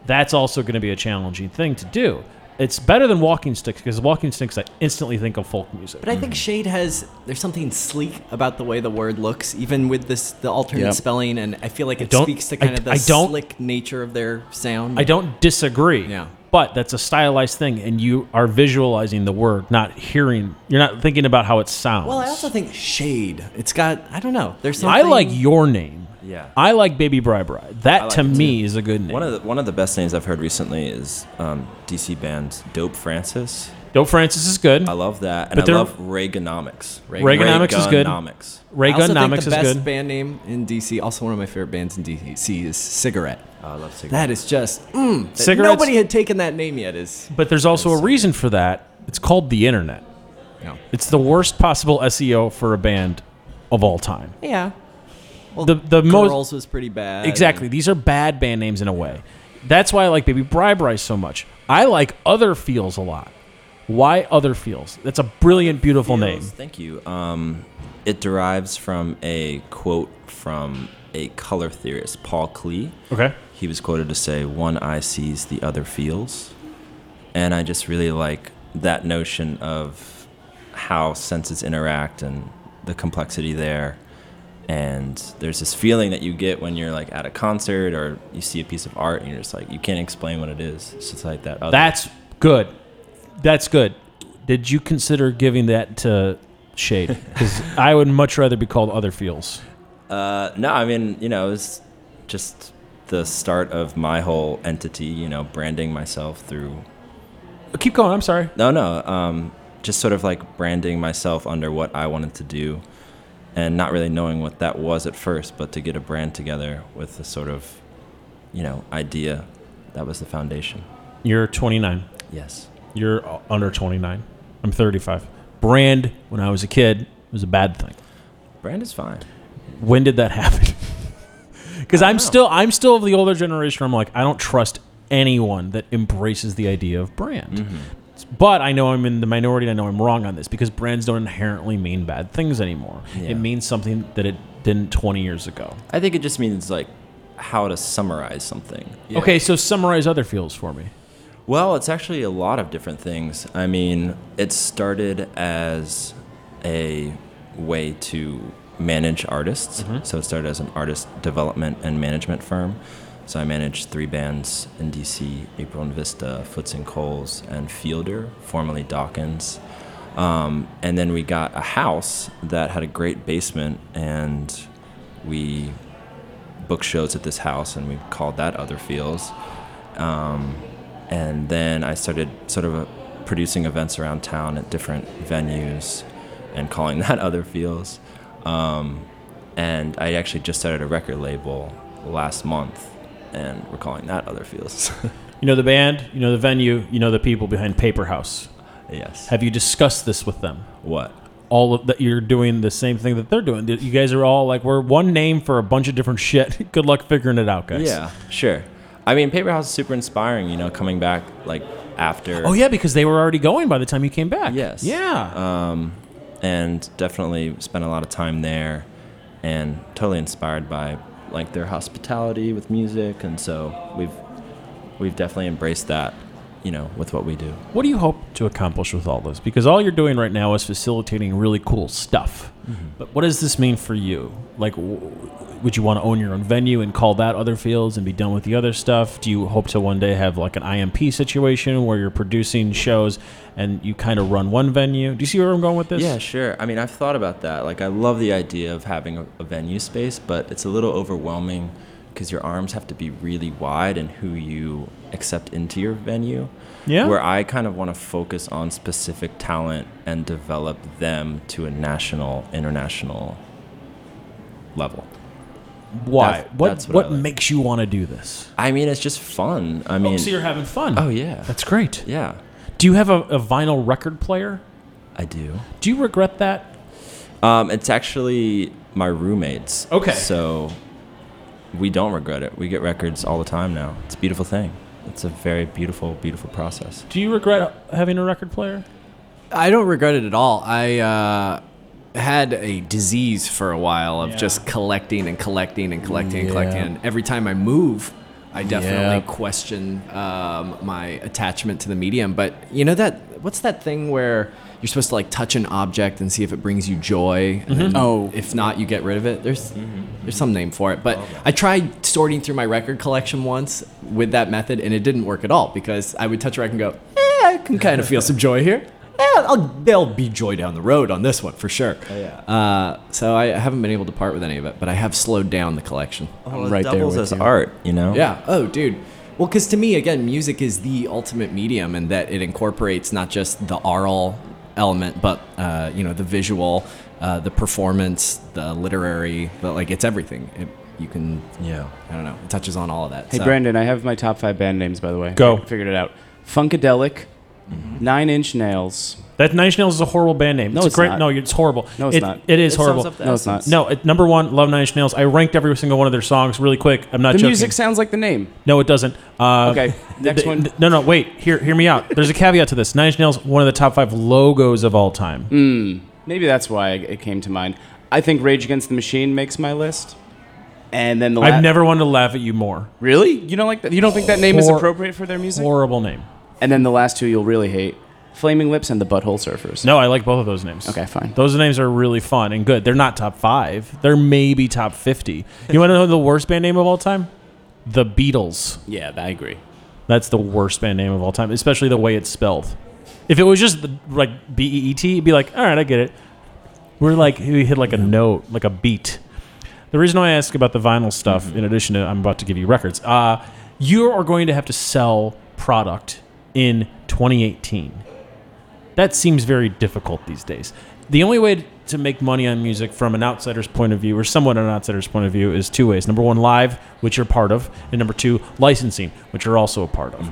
[SPEAKER 1] that's also going to be a challenging thing to do. It's better than Walking Sticks because Walking Sticks, I instantly think of folk music.
[SPEAKER 2] But I think shade has there's something sleek about the way the word looks, even with this the alternate
[SPEAKER 4] Yep.
[SPEAKER 2] spelling, and I feel like it
[SPEAKER 1] don't-
[SPEAKER 2] speaks to
[SPEAKER 1] I-
[SPEAKER 2] kind of the
[SPEAKER 1] I don't-
[SPEAKER 2] slick nature of their sound.
[SPEAKER 1] I don't disagree.
[SPEAKER 2] Yeah.
[SPEAKER 1] But that's a stylized thing, and you are visualizing the word, not hearing. You're not thinking about how it sounds.
[SPEAKER 2] Well, I also think shade. It's got I don't know. There's something
[SPEAKER 1] I like your name.
[SPEAKER 5] Yeah.
[SPEAKER 1] I like Baby Bri Bri. That
[SPEAKER 5] like
[SPEAKER 1] to
[SPEAKER 5] it too.
[SPEAKER 1] me is a good name.
[SPEAKER 5] One of the one of the best names I've heard recently is um, DC band Dope Francis.
[SPEAKER 1] Dope Francis is good.
[SPEAKER 5] I love that, and
[SPEAKER 1] But
[SPEAKER 5] I
[SPEAKER 1] they're-
[SPEAKER 5] love Reaganomics.
[SPEAKER 1] Reaganomics is good.
[SPEAKER 5] Reaganomics.
[SPEAKER 2] I also think
[SPEAKER 1] Raygunomics
[SPEAKER 2] the
[SPEAKER 1] is
[SPEAKER 2] best
[SPEAKER 1] good.
[SPEAKER 2] band name in DC. Also, one of my favorite bands in DC is Cigarette.
[SPEAKER 5] Oh, I love cigarettes.
[SPEAKER 2] That is just mm, that
[SPEAKER 1] Cigarette's-
[SPEAKER 2] Nobody had taken that name yet. Is
[SPEAKER 1] But there's also a reason for that. It's called the internet.
[SPEAKER 2] you know,
[SPEAKER 1] It's the worst possible SEO for a band of all time.
[SPEAKER 2] yeah. Well,
[SPEAKER 1] The the most
[SPEAKER 2] Girls was pretty bad.
[SPEAKER 1] Exactly. These are bad band names in a way. That's why I like Baby Bri Bri so much. I like Other Feels a lot. Why Other Feels? That's a brilliant, beautiful name.
[SPEAKER 5] Yes, Thank you. Um, it derives from a quote from a color theorist, Paul Klee.
[SPEAKER 1] Okay.
[SPEAKER 5] He was quoted to say, "One eye sees, the other feels," and I just really like that notion of how senses interact and the complexity there. And there's this feeling that you get when you're like at a concert or you see a piece of art and you're just like you can't explain what it is. It's just like that. Other.
[SPEAKER 1] That's good. That's good. Did you consider giving that to Shade? Because I would much rather be called Other Feels.
[SPEAKER 5] Uh, no, I mean, you know, it's just the start of my whole entity, you know, branding myself through.
[SPEAKER 1] Keep going. I'm sorry.
[SPEAKER 5] No, no, um, just sort of like branding myself under what I wanted to do and not really knowing what that was at first, but to get a brand together with a sort of, you know, idea that was the foundation.
[SPEAKER 1] You're 29.
[SPEAKER 5] Yes.
[SPEAKER 1] You're uh, under 29. I'm 35. Brand, when I was a kid, was a bad thing.
[SPEAKER 5] Brand is fine.
[SPEAKER 1] when did that happen? Because I'm still I'm still of the older generation. I'm like I don't trust anyone that embraces the idea of brand.
[SPEAKER 5] Mm-hmm.
[SPEAKER 1] But I know I'm in the minority. and I know I'm wrong on this because brands don't inherently mean bad things anymore.
[SPEAKER 5] Yeah.
[SPEAKER 1] It means something that it didn't 20 years ago.
[SPEAKER 5] I think it just means like how to summarize something.
[SPEAKER 1] Okay, so summarize other feels for me.
[SPEAKER 5] Well, it's actually a lot of different things. I mean, it started as a way to manage artists. So it started as an artist development and management firm. So I managed three bands in DC April and Vista, Foots and Coles, and Fielder, formerly Dawkins. Um, and then we got a house that had a great basement, and we booked shows at this house, and we called that Other Feels and then I started sort of uh producing events around town at different venues and calling that other feels. Um, and I actually just started a record label last month, and we're calling that other feels.
[SPEAKER 1] You know the band, you know the venue, you know the people behind Paper House.
[SPEAKER 5] yes.
[SPEAKER 1] Have you discussed this with them?
[SPEAKER 5] What?
[SPEAKER 1] all of that you're doing the same thing that they're doing. That You guys are all like we're one name for a bunch of different shit. Good luck figuring it out, guys.
[SPEAKER 5] Yeah, sure. I mean, Paper House is super inspiring. You know, coming back like after.
[SPEAKER 1] Oh yeah, because they were already going by the time you came back.
[SPEAKER 5] Yes. Uh,
[SPEAKER 1] Yeah.
[SPEAKER 5] and definitely spent a lot of time there and totally inspired by like their hospitality with music and so we've we've definitely embraced that you know, with what we do.
[SPEAKER 1] What do you hope to accomplish with all this? Because all you're doing right now is facilitating really cool stuff.
[SPEAKER 5] Mm-hmm.
[SPEAKER 1] But what does this mean for you? Like, w- would you want to own your own venue and call that other fields and be done with the other stuff? Do you hope to one day have like an IMP situation where you're producing shows and you kind of run one venue? Do you see where I'm going with this?
[SPEAKER 5] Yeah, sure. I mean, I've thought about that. Like, I love the idea of having a, a venue space, but it's a little overwhelming because your arms have to be really wide and who you accept into your venue.
[SPEAKER 1] Yeah.
[SPEAKER 5] Where I kind of want to focus on specific talent and develop them to a national, international level.
[SPEAKER 1] Why?
[SPEAKER 5] That's-
[SPEAKER 1] what
[SPEAKER 5] that's what
[SPEAKER 1] what,
[SPEAKER 5] I like.
[SPEAKER 1] makes you want to do this?
[SPEAKER 5] I mean, it's just fun. I mean,
[SPEAKER 1] oh, so you're having fun.
[SPEAKER 5] oh yeah,
[SPEAKER 1] That's great.
[SPEAKER 5] yeah,
[SPEAKER 1] Do you have a, a vinyl record player?
[SPEAKER 5] I do.
[SPEAKER 1] Do you regret that?
[SPEAKER 5] Um, it's actually my roommates.
[SPEAKER 1] Okay.
[SPEAKER 5] So we don't regret it. We get records all the time now. It's a beautiful thing. It's a very beautiful, beautiful process.
[SPEAKER 1] Do you regret having a record player?
[SPEAKER 2] I don't regret it at all. I uh, had a disease for a while of
[SPEAKER 1] Yeah.
[SPEAKER 2] just collecting and collecting and collecting and
[SPEAKER 4] Yeah.
[SPEAKER 2] collecting. And every time I move, I definitely
[SPEAKER 4] Yeah.
[SPEAKER 2] question um, my attachment to the medium. But you know that what's that thing where you're supposed to like touch an object and see if it brings you joy. And then
[SPEAKER 4] Oh.
[SPEAKER 2] if not, you get rid of it. There's there's some name for it. But I tried sorting through my record collection once with that method, and it didn't work at all because I would touch a record and go, eh, I can kind of feel some joy here. Eh, I'll, there'll be joy down the road on this one for sure.
[SPEAKER 5] Oh, yeah.
[SPEAKER 2] Uh, so I haven't been able to part with any of it, but I have slowed down the collection.
[SPEAKER 4] I'm right there
[SPEAKER 5] Oh, doubles
[SPEAKER 4] with
[SPEAKER 5] as
[SPEAKER 4] you.
[SPEAKER 5] art, you know.
[SPEAKER 2] Yeah. Oh, dude. Well, because to me, again, music is the ultimate medium, and that it incorporates not just the aural element, but uh, you know, the visual, uh, the performance, the literary, the, like it's everything. It, you can,
[SPEAKER 5] Yeah.
[SPEAKER 2] I don't know, it touches on all of that.
[SPEAKER 4] Hey,
[SPEAKER 2] so.
[SPEAKER 4] Brandon, I have my top five band names, by the way.
[SPEAKER 1] Go.
[SPEAKER 4] I figured it out. Funkadelic, Nine Inch Nails.
[SPEAKER 1] That Nine Inch Nails is a horrible band name.
[SPEAKER 4] No,
[SPEAKER 1] a
[SPEAKER 4] it's
[SPEAKER 1] great.
[SPEAKER 4] not.
[SPEAKER 1] No, it's horrible.
[SPEAKER 4] No, it's
[SPEAKER 1] It-
[SPEAKER 4] not.
[SPEAKER 1] It is
[SPEAKER 5] It sums
[SPEAKER 1] horrible.
[SPEAKER 5] up the
[SPEAKER 4] No, it's not.
[SPEAKER 5] essence.
[SPEAKER 1] No, it, number one, love Nine Inch Nails. I ranked every single one of their songs really quick. I'm not
[SPEAKER 4] The
[SPEAKER 1] joking.
[SPEAKER 4] music sounds like the name.
[SPEAKER 1] No, it doesn't. Uh,
[SPEAKER 4] Okay, next
[SPEAKER 1] th-
[SPEAKER 4] one.
[SPEAKER 1] th- no, no, wait. Hear, hear me out. There's a caveat to this. Nine Inch Nails, one of the top five logos of all time.
[SPEAKER 4] Mm. Maybe that's why it came to mind. I think Rage Against the Machine makes my list. And then the la-
[SPEAKER 1] I've never wanted to laugh at you more.
[SPEAKER 4] Really? You don't like that? You don't think that name is
[SPEAKER 1] Hor-
[SPEAKER 4] appropriate for their music?
[SPEAKER 1] Horrible name.
[SPEAKER 4] and then the last two you'll really hate Flaming Lips and the Butthole Surfers.
[SPEAKER 1] No, I like both of those names.
[SPEAKER 4] Okay, fine.
[SPEAKER 1] Those names are really fun and good. They're not top five. They're maybe top fifty. You want to know the worst band name of all time? The Beatles.
[SPEAKER 4] Yeah, I agree.
[SPEAKER 1] That's the worst band name of all time, especially the way it's spelled. If it was just the, like B E E T, it'd be like, all right, I get it. We're like, we hit like a note, like a beat. The reason why I ask about the vinyl stuff,
[SPEAKER 4] Mm-hmm.
[SPEAKER 1] in addition to I'm about to give you records, uh, you are going to have to sell product in 2018. That seems very difficult these days. The only way to make money on music from an outsider's point of view, or somewhat an outsider's point of view, is two ways. Number one, live, which you're part of, and number two, licensing, which you're also a part of.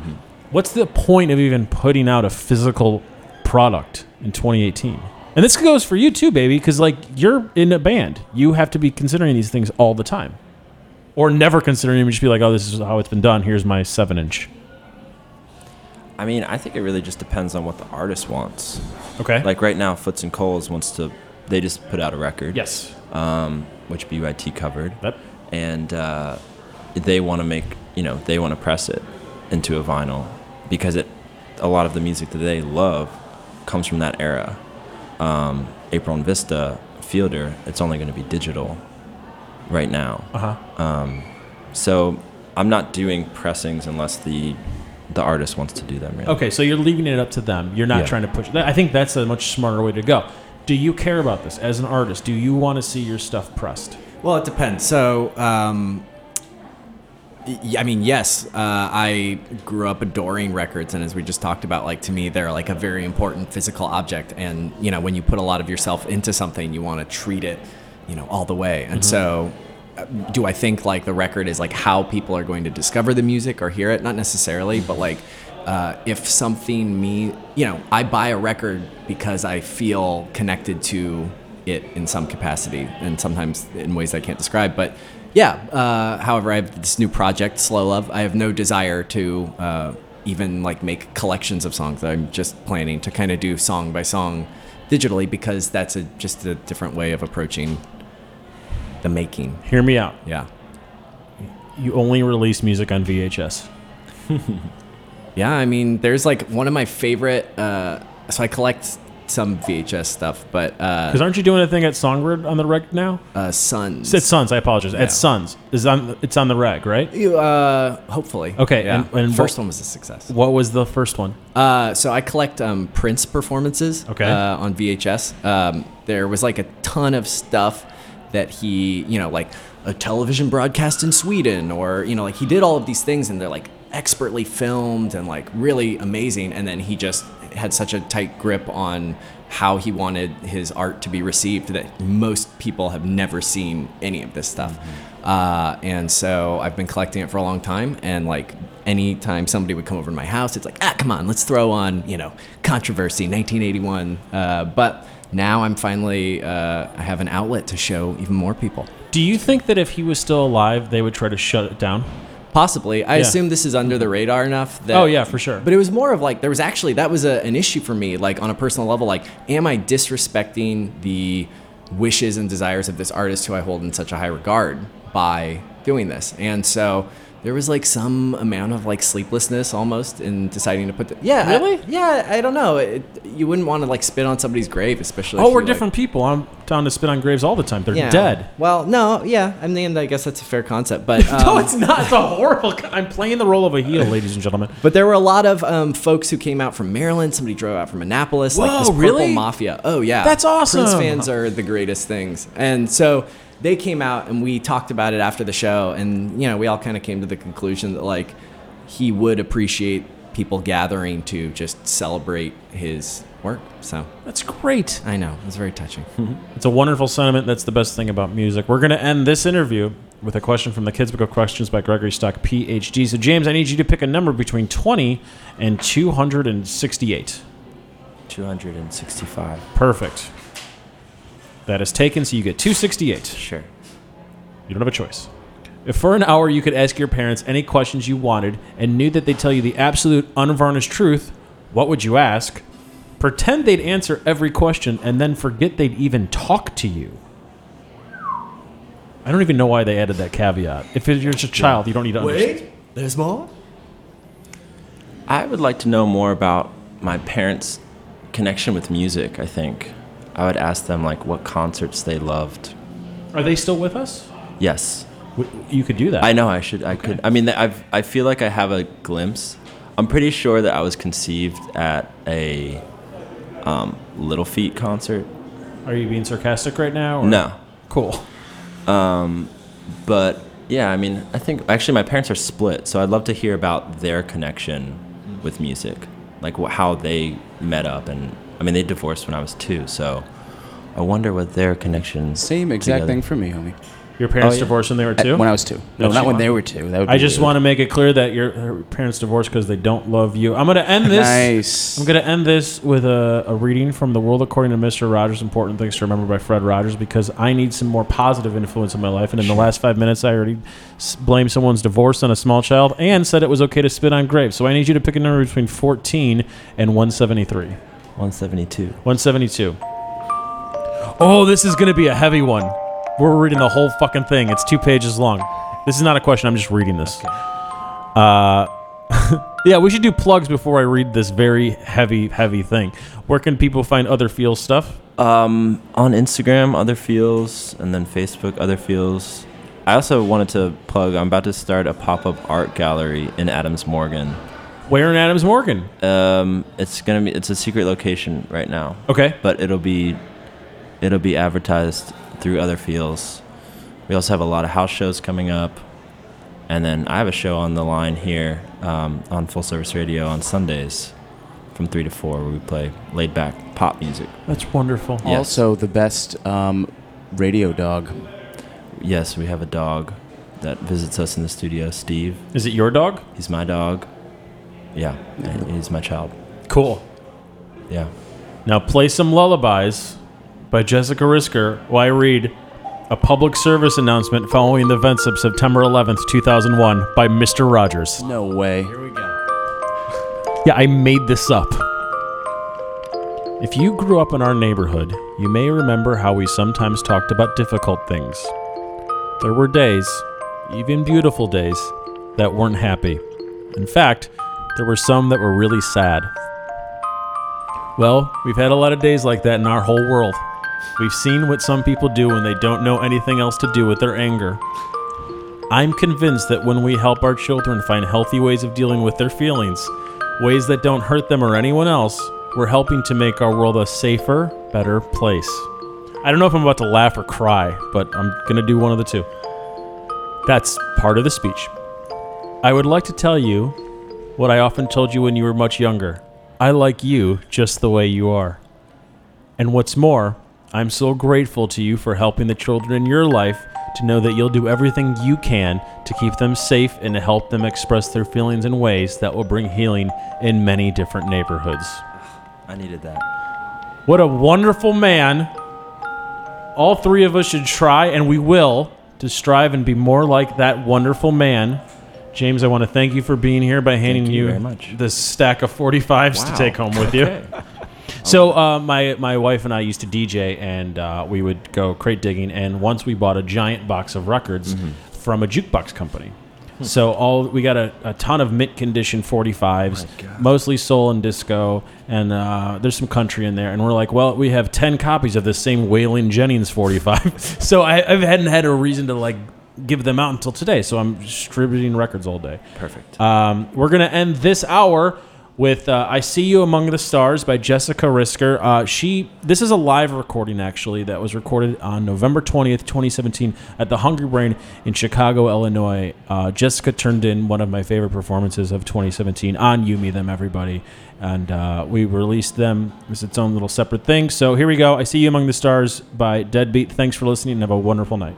[SPEAKER 1] What's the point of even putting out a physical product in 2018? And this goes for you too, baby, because like you're in a band, you have to be considering these things all the time, or never considering them. Just be like, oh, this is how it's been done. Here's my seven inch.
[SPEAKER 5] I mean, I think it really just depends on what the artist wants.
[SPEAKER 1] Okay.
[SPEAKER 5] Like right now, Foots and Coles wants to. They just put out a record.
[SPEAKER 1] yes.
[SPEAKER 5] Um, which BYT covered.
[SPEAKER 1] That
[SPEAKER 5] and uh, they want to make you know they want to press it into a vinyl because it a lot of the music that they love comes from that era um, april and vista fielder it's only going to be digital right now
[SPEAKER 1] Uh-huh.
[SPEAKER 5] um, so i'm not doing pressings unless the the artist wants to do them really
[SPEAKER 1] Okay, so you're leaving it up to them. You're not
[SPEAKER 5] Yeah.
[SPEAKER 1] trying to push. I think that's a much smarter way to go. Do you care about this as an artist? Do you want to see your stuff pressed?
[SPEAKER 2] Well, it depends. So, um, y- I mean, yes, uh, I grew up adoring records, and as we just talked about, like to me, they're like a very important physical object. And you know, when you put a lot of yourself into something, you want to treat it, you know, all the way. And so, uh, do I think like the record is like how people are going to discover the music or hear it? Not necessarily, but like uh, if something me, you know, I buy a record because I feel connected to it in some capacity, and sometimes in ways I can't describe. But yeah, uh, however, I have this new project, Slow Love. I have no desire to uh, even like make collections of songs. I'm just planning to kind of do song by song digitally because that's a just a different way of approaching the making.
[SPEAKER 1] Hear me out.
[SPEAKER 2] Yeah.
[SPEAKER 1] You only release music on VHS.
[SPEAKER 2] Yeah, I mean, there's like one of my favorite. Uh, so I collect some VHS stuff, but uh,
[SPEAKER 1] Because aren't you doing a thing at Songbird on the reg now?
[SPEAKER 2] uh, Sons.
[SPEAKER 1] It's at Suns. I apologize.
[SPEAKER 2] Yeah.
[SPEAKER 1] At Suns is on. It's on the reg, right?
[SPEAKER 2] You, uh, hopefully.
[SPEAKER 1] Okay,
[SPEAKER 2] Yeah.
[SPEAKER 1] and- and
[SPEAKER 2] first
[SPEAKER 1] what-
[SPEAKER 2] one was a success.
[SPEAKER 1] What was the first one?
[SPEAKER 2] Uh, so I collect um, Prince performances
[SPEAKER 1] Okay.
[SPEAKER 2] uh, on VHS. Um, there was like a ton of stuff that he, you know, like a television broadcast in Sweden, or you know, like he did all of these things, and they're like expertly filmed and like really amazing. And then he just had such a tight grip on how he wanted his art to be received that most people have never seen any of this stuff. Uh, and so I've been collecting it for a long time. And like anytime somebody would come over to my house, it's like, ah, come on, let's throw on, you know, controversy, 1981. Uh, but now I'm finally, uh, I have an outlet to show even more people.
[SPEAKER 1] Do you think that if he was still alive, they would try to shut it down?
[SPEAKER 2] Possibly. I
[SPEAKER 1] Yeah.
[SPEAKER 2] assume this is under the radar enough that.
[SPEAKER 1] Oh, yeah, for sure.
[SPEAKER 2] But it was more of like, there was actually, that was a, an issue for me, like on a personal level. Like, am I disrespecting the wishes and desires of this artist who I hold in such a high regard by doing this? And so there was like some amount of like sleeplessness almost in deciding to put the. Yeah. I-
[SPEAKER 1] Really?
[SPEAKER 2] yeah, I don't know. It, you wouldn't want to like spit on somebody's grave, especially.
[SPEAKER 1] Oh,
[SPEAKER 2] if
[SPEAKER 1] we're
[SPEAKER 2] you, like-
[SPEAKER 1] different people. I'm down to spit on graves all the time. They're
[SPEAKER 2] yeah.
[SPEAKER 1] dead.
[SPEAKER 2] Well, no, yeah. I mean, I guess that's a fair concept, but um,
[SPEAKER 1] no, it's not. It's a horrible. co- I'm playing the role of a heel, ladies and gentlemen.
[SPEAKER 2] But there were a lot of um, folks who came out from Maryland. Somebody drove out from Annapolis. like
[SPEAKER 1] Whoa,
[SPEAKER 2] this purple
[SPEAKER 1] really?
[SPEAKER 2] Mafia. Oh yeah,
[SPEAKER 1] That's awesome.
[SPEAKER 2] Prince fans are the greatest things. And so they came out, and we talked about it after the show, and you know, we all kind of came to the conclusion that like he would appreciate people gathering to just celebrate his work. So
[SPEAKER 1] That's great.
[SPEAKER 2] I know it was very touching.
[SPEAKER 1] It's a wonderful sentiment. That's the best thing about music. We're going to end this interview with a question from the Kids Book of Questions by Gregory Stock, PhD. So, James, I need you to pick a number between 20 and 268.
[SPEAKER 5] 265.
[SPEAKER 1] Perfect. That is taken, so you get 268.
[SPEAKER 5] Sure.
[SPEAKER 1] You don't have a choice. If for an hour you could ask your parents any questions you wanted and knew that they'd tell you the absolute unvarnished truth, what would you ask? Pretend they'd answer every question and then forget they'd even talk to you. I don't even know why they added that caveat. If you're just a child, you don't need to understand.
[SPEAKER 2] there's more.
[SPEAKER 5] I would like to know more about my parents' connection with music, I think. I would ask them like what concerts they loved.
[SPEAKER 1] Are they still with us?
[SPEAKER 5] Yes.
[SPEAKER 1] W- You could do that.
[SPEAKER 5] I know I should I could I mean I've I feel like I have a glimpse. I'm pretty sure that I was conceived at a um, Little Feet concert.
[SPEAKER 1] Are you being sarcastic right now? or-
[SPEAKER 5] No.
[SPEAKER 1] Cool.
[SPEAKER 5] But yeah, I mean, I think actually my parents are split, so I'd love to hear about their connection with music, like wh- how they met up, and I mean they divorced when I was two, so I wonder what their connection.
[SPEAKER 4] Same exact
[SPEAKER 5] together-
[SPEAKER 4] thing for me, homie.
[SPEAKER 1] Your parents
[SPEAKER 5] yeah.
[SPEAKER 1] divorced when they were two?
[SPEAKER 4] Uh, When Oh, I was two. No,
[SPEAKER 1] That's
[SPEAKER 4] not when
[SPEAKER 1] fine.
[SPEAKER 4] they were two. That would
[SPEAKER 1] I
[SPEAKER 4] be
[SPEAKER 1] just
[SPEAKER 4] weird.
[SPEAKER 1] want to make it clear that your her parents divorced because they don't love you. I'm going to end this.
[SPEAKER 4] Nice.
[SPEAKER 1] I'm going to end this with a, a reading from The World According to Mr. Rogers Important Things to Remember by Fred Rogers because I need some more positive influence in my life. And in the last five minutes, I already s- blamed someone's divorce on a small child and said it was okay to spit on grapes. So I need you to pick a number between 14 and 173.
[SPEAKER 5] 172.
[SPEAKER 1] 172. Oh, this is going to be a heavy one. We're reading the whole fucking thing. It's two pages long. This is not a question. I'm just reading this. Uh, yeah, we should do plugs before I read this very heavy, heavy thing. Where can people find other feel stuff?
[SPEAKER 5] Um, on Instagram, other feels, and then Facebook, other feels. I also wanted to plug. I'm about to start a pop-up art gallery in Adams Morgan.
[SPEAKER 1] Where in Adams Morgan?
[SPEAKER 5] Um, it's gonna be. It's a secret location right now.
[SPEAKER 1] Okay.
[SPEAKER 5] but it'll be it'll be advertised through other fields. We also have a lot of house shows coming up, and then I have a show on the line here um, on Full Service Radio on Sundays from three to four, where we play laid back pop music.
[SPEAKER 1] That's wonderful.
[SPEAKER 5] Yes.
[SPEAKER 4] Also, the best um, radio dog.
[SPEAKER 5] Yes, we have a dog that visits us in the studio. Steve,
[SPEAKER 1] Is it your dog?
[SPEAKER 5] he's my dog. Yeah, and he's my child.
[SPEAKER 1] Cool.
[SPEAKER 5] Yeah.
[SPEAKER 1] Now play some lullabies by Jessica Risker while I read a public service announcement following the events of September 11th, 2001 by Mr. Rogers.
[SPEAKER 4] No way.
[SPEAKER 1] Yeah, I made this up. If you grew up in our neighborhood, you may remember how we sometimes talked about difficult things. There were days, even beautiful days, that weren't happy. In fact, There were some that were really sad. Well, we've had a lot of days like that in our whole world. We've seen what some people do when they don't know anything else to do with their anger. I'm convinced that when we help our children find healthy ways of dealing with their feelings, ways that don't hurt them or anyone else, we're helping to make our world a safer, better place. I don't know if I'm about to laugh or cry, but I'm going to do one of the two. That's part of the speech. I would like to tell you what I often told you when you were much younger I like you just the way you are. And what's more, I'm so grateful to you for helping the children in your life to know that you'll do everything you can to keep them safe and to help them express their feelings in ways that will bring healing in many different neighborhoods.
[SPEAKER 5] I needed that.
[SPEAKER 1] What a wonderful man. All three of us should try, and we will, to strive and be more like that wonderful man. James, I want to thank you for being here by handing
[SPEAKER 5] you
[SPEAKER 1] you,
[SPEAKER 5] very much.
[SPEAKER 1] this stack of 45s to
[SPEAKER 5] Wow.
[SPEAKER 1] take home with you. So uh, my my wife and I used to DJ, and uh, we would go crate digging. And once we bought a giant box of records from a jukebox company. So all we got a, a ton of mint condition 45s, mostly soul and disco, and uh, there's some country in there. And we're like, well, we have 10 copies of this same Waylon Jennings 45. so I, I hadn't had a reason to like give them out until today. So I'm distributing records all day.
[SPEAKER 5] Perfect.
[SPEAKER 1] Um, we're going to end this hour with uh, "I See You Among the Stars" by Jessica Risker. Uh, she this is a live recording actually that was recorded on November twentieth, twenty seventeen, at the Hungry Brain in Chicago, Illinois. Uh, Jessica turned in one of my favorite performances of twenty seventeen on "You Me Them Everybody," and uh, we released them as its own little separate thing. So here we go. "I See You Among the Stars" by Deadbeat. Thanks for listening, and have a wonderful night.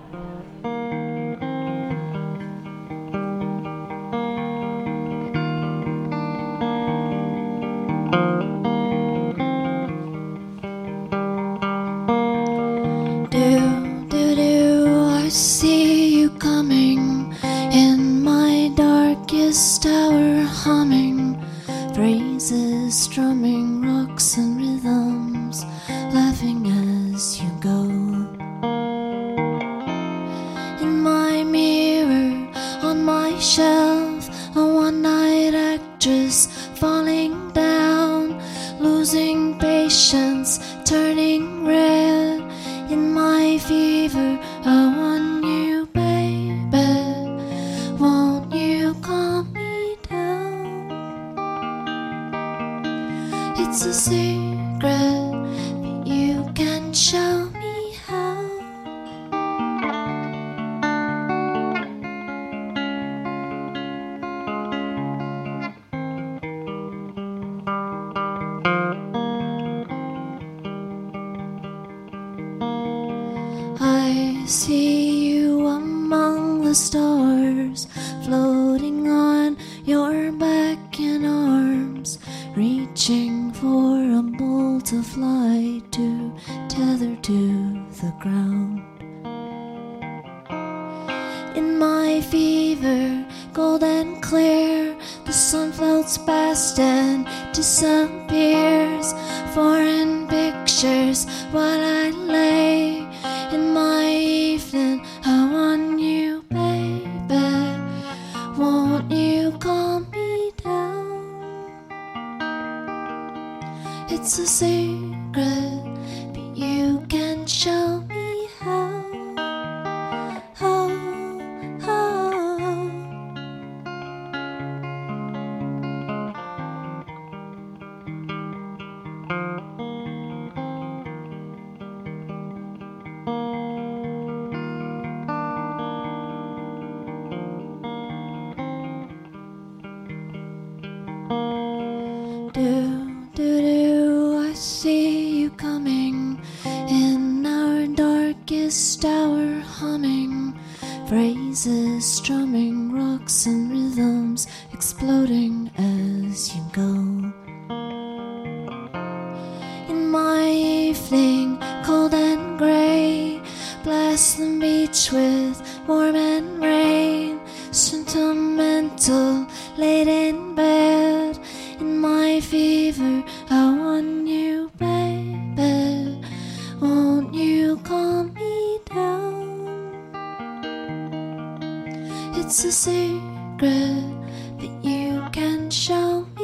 [SPEAKER 6] do, do, do. I see you coming in my darkest hour, humming phrases, strumming rocks and rhythms, laughing as you go. In my mirror, on my shelf, a one night actress falling down, losing patience, turning red. In my fever, I want you, baby. Won't you calm me down? It's a secret, but you can show me how. I see you among the stars, floating on your back and arms, reaching for a bolt to fly to, tether to the ground. In my fever, gold and clear, the sun floats past and disappears. Foreign pictures, while I lay in my evening, I want you, baby. Won't you calm me down? It's a secret, but you can show me how. Oh, oh. do, do, do. I see you coming in our darkest hour, humming phrases, strumming rocks and rhythms, exploding as you go. In my evening, cold and gray, blast the beach with warm and rain, sentimental, late in bed. In my fever, I want you, baby. Won't you calm me down? It's a secret, but you can and show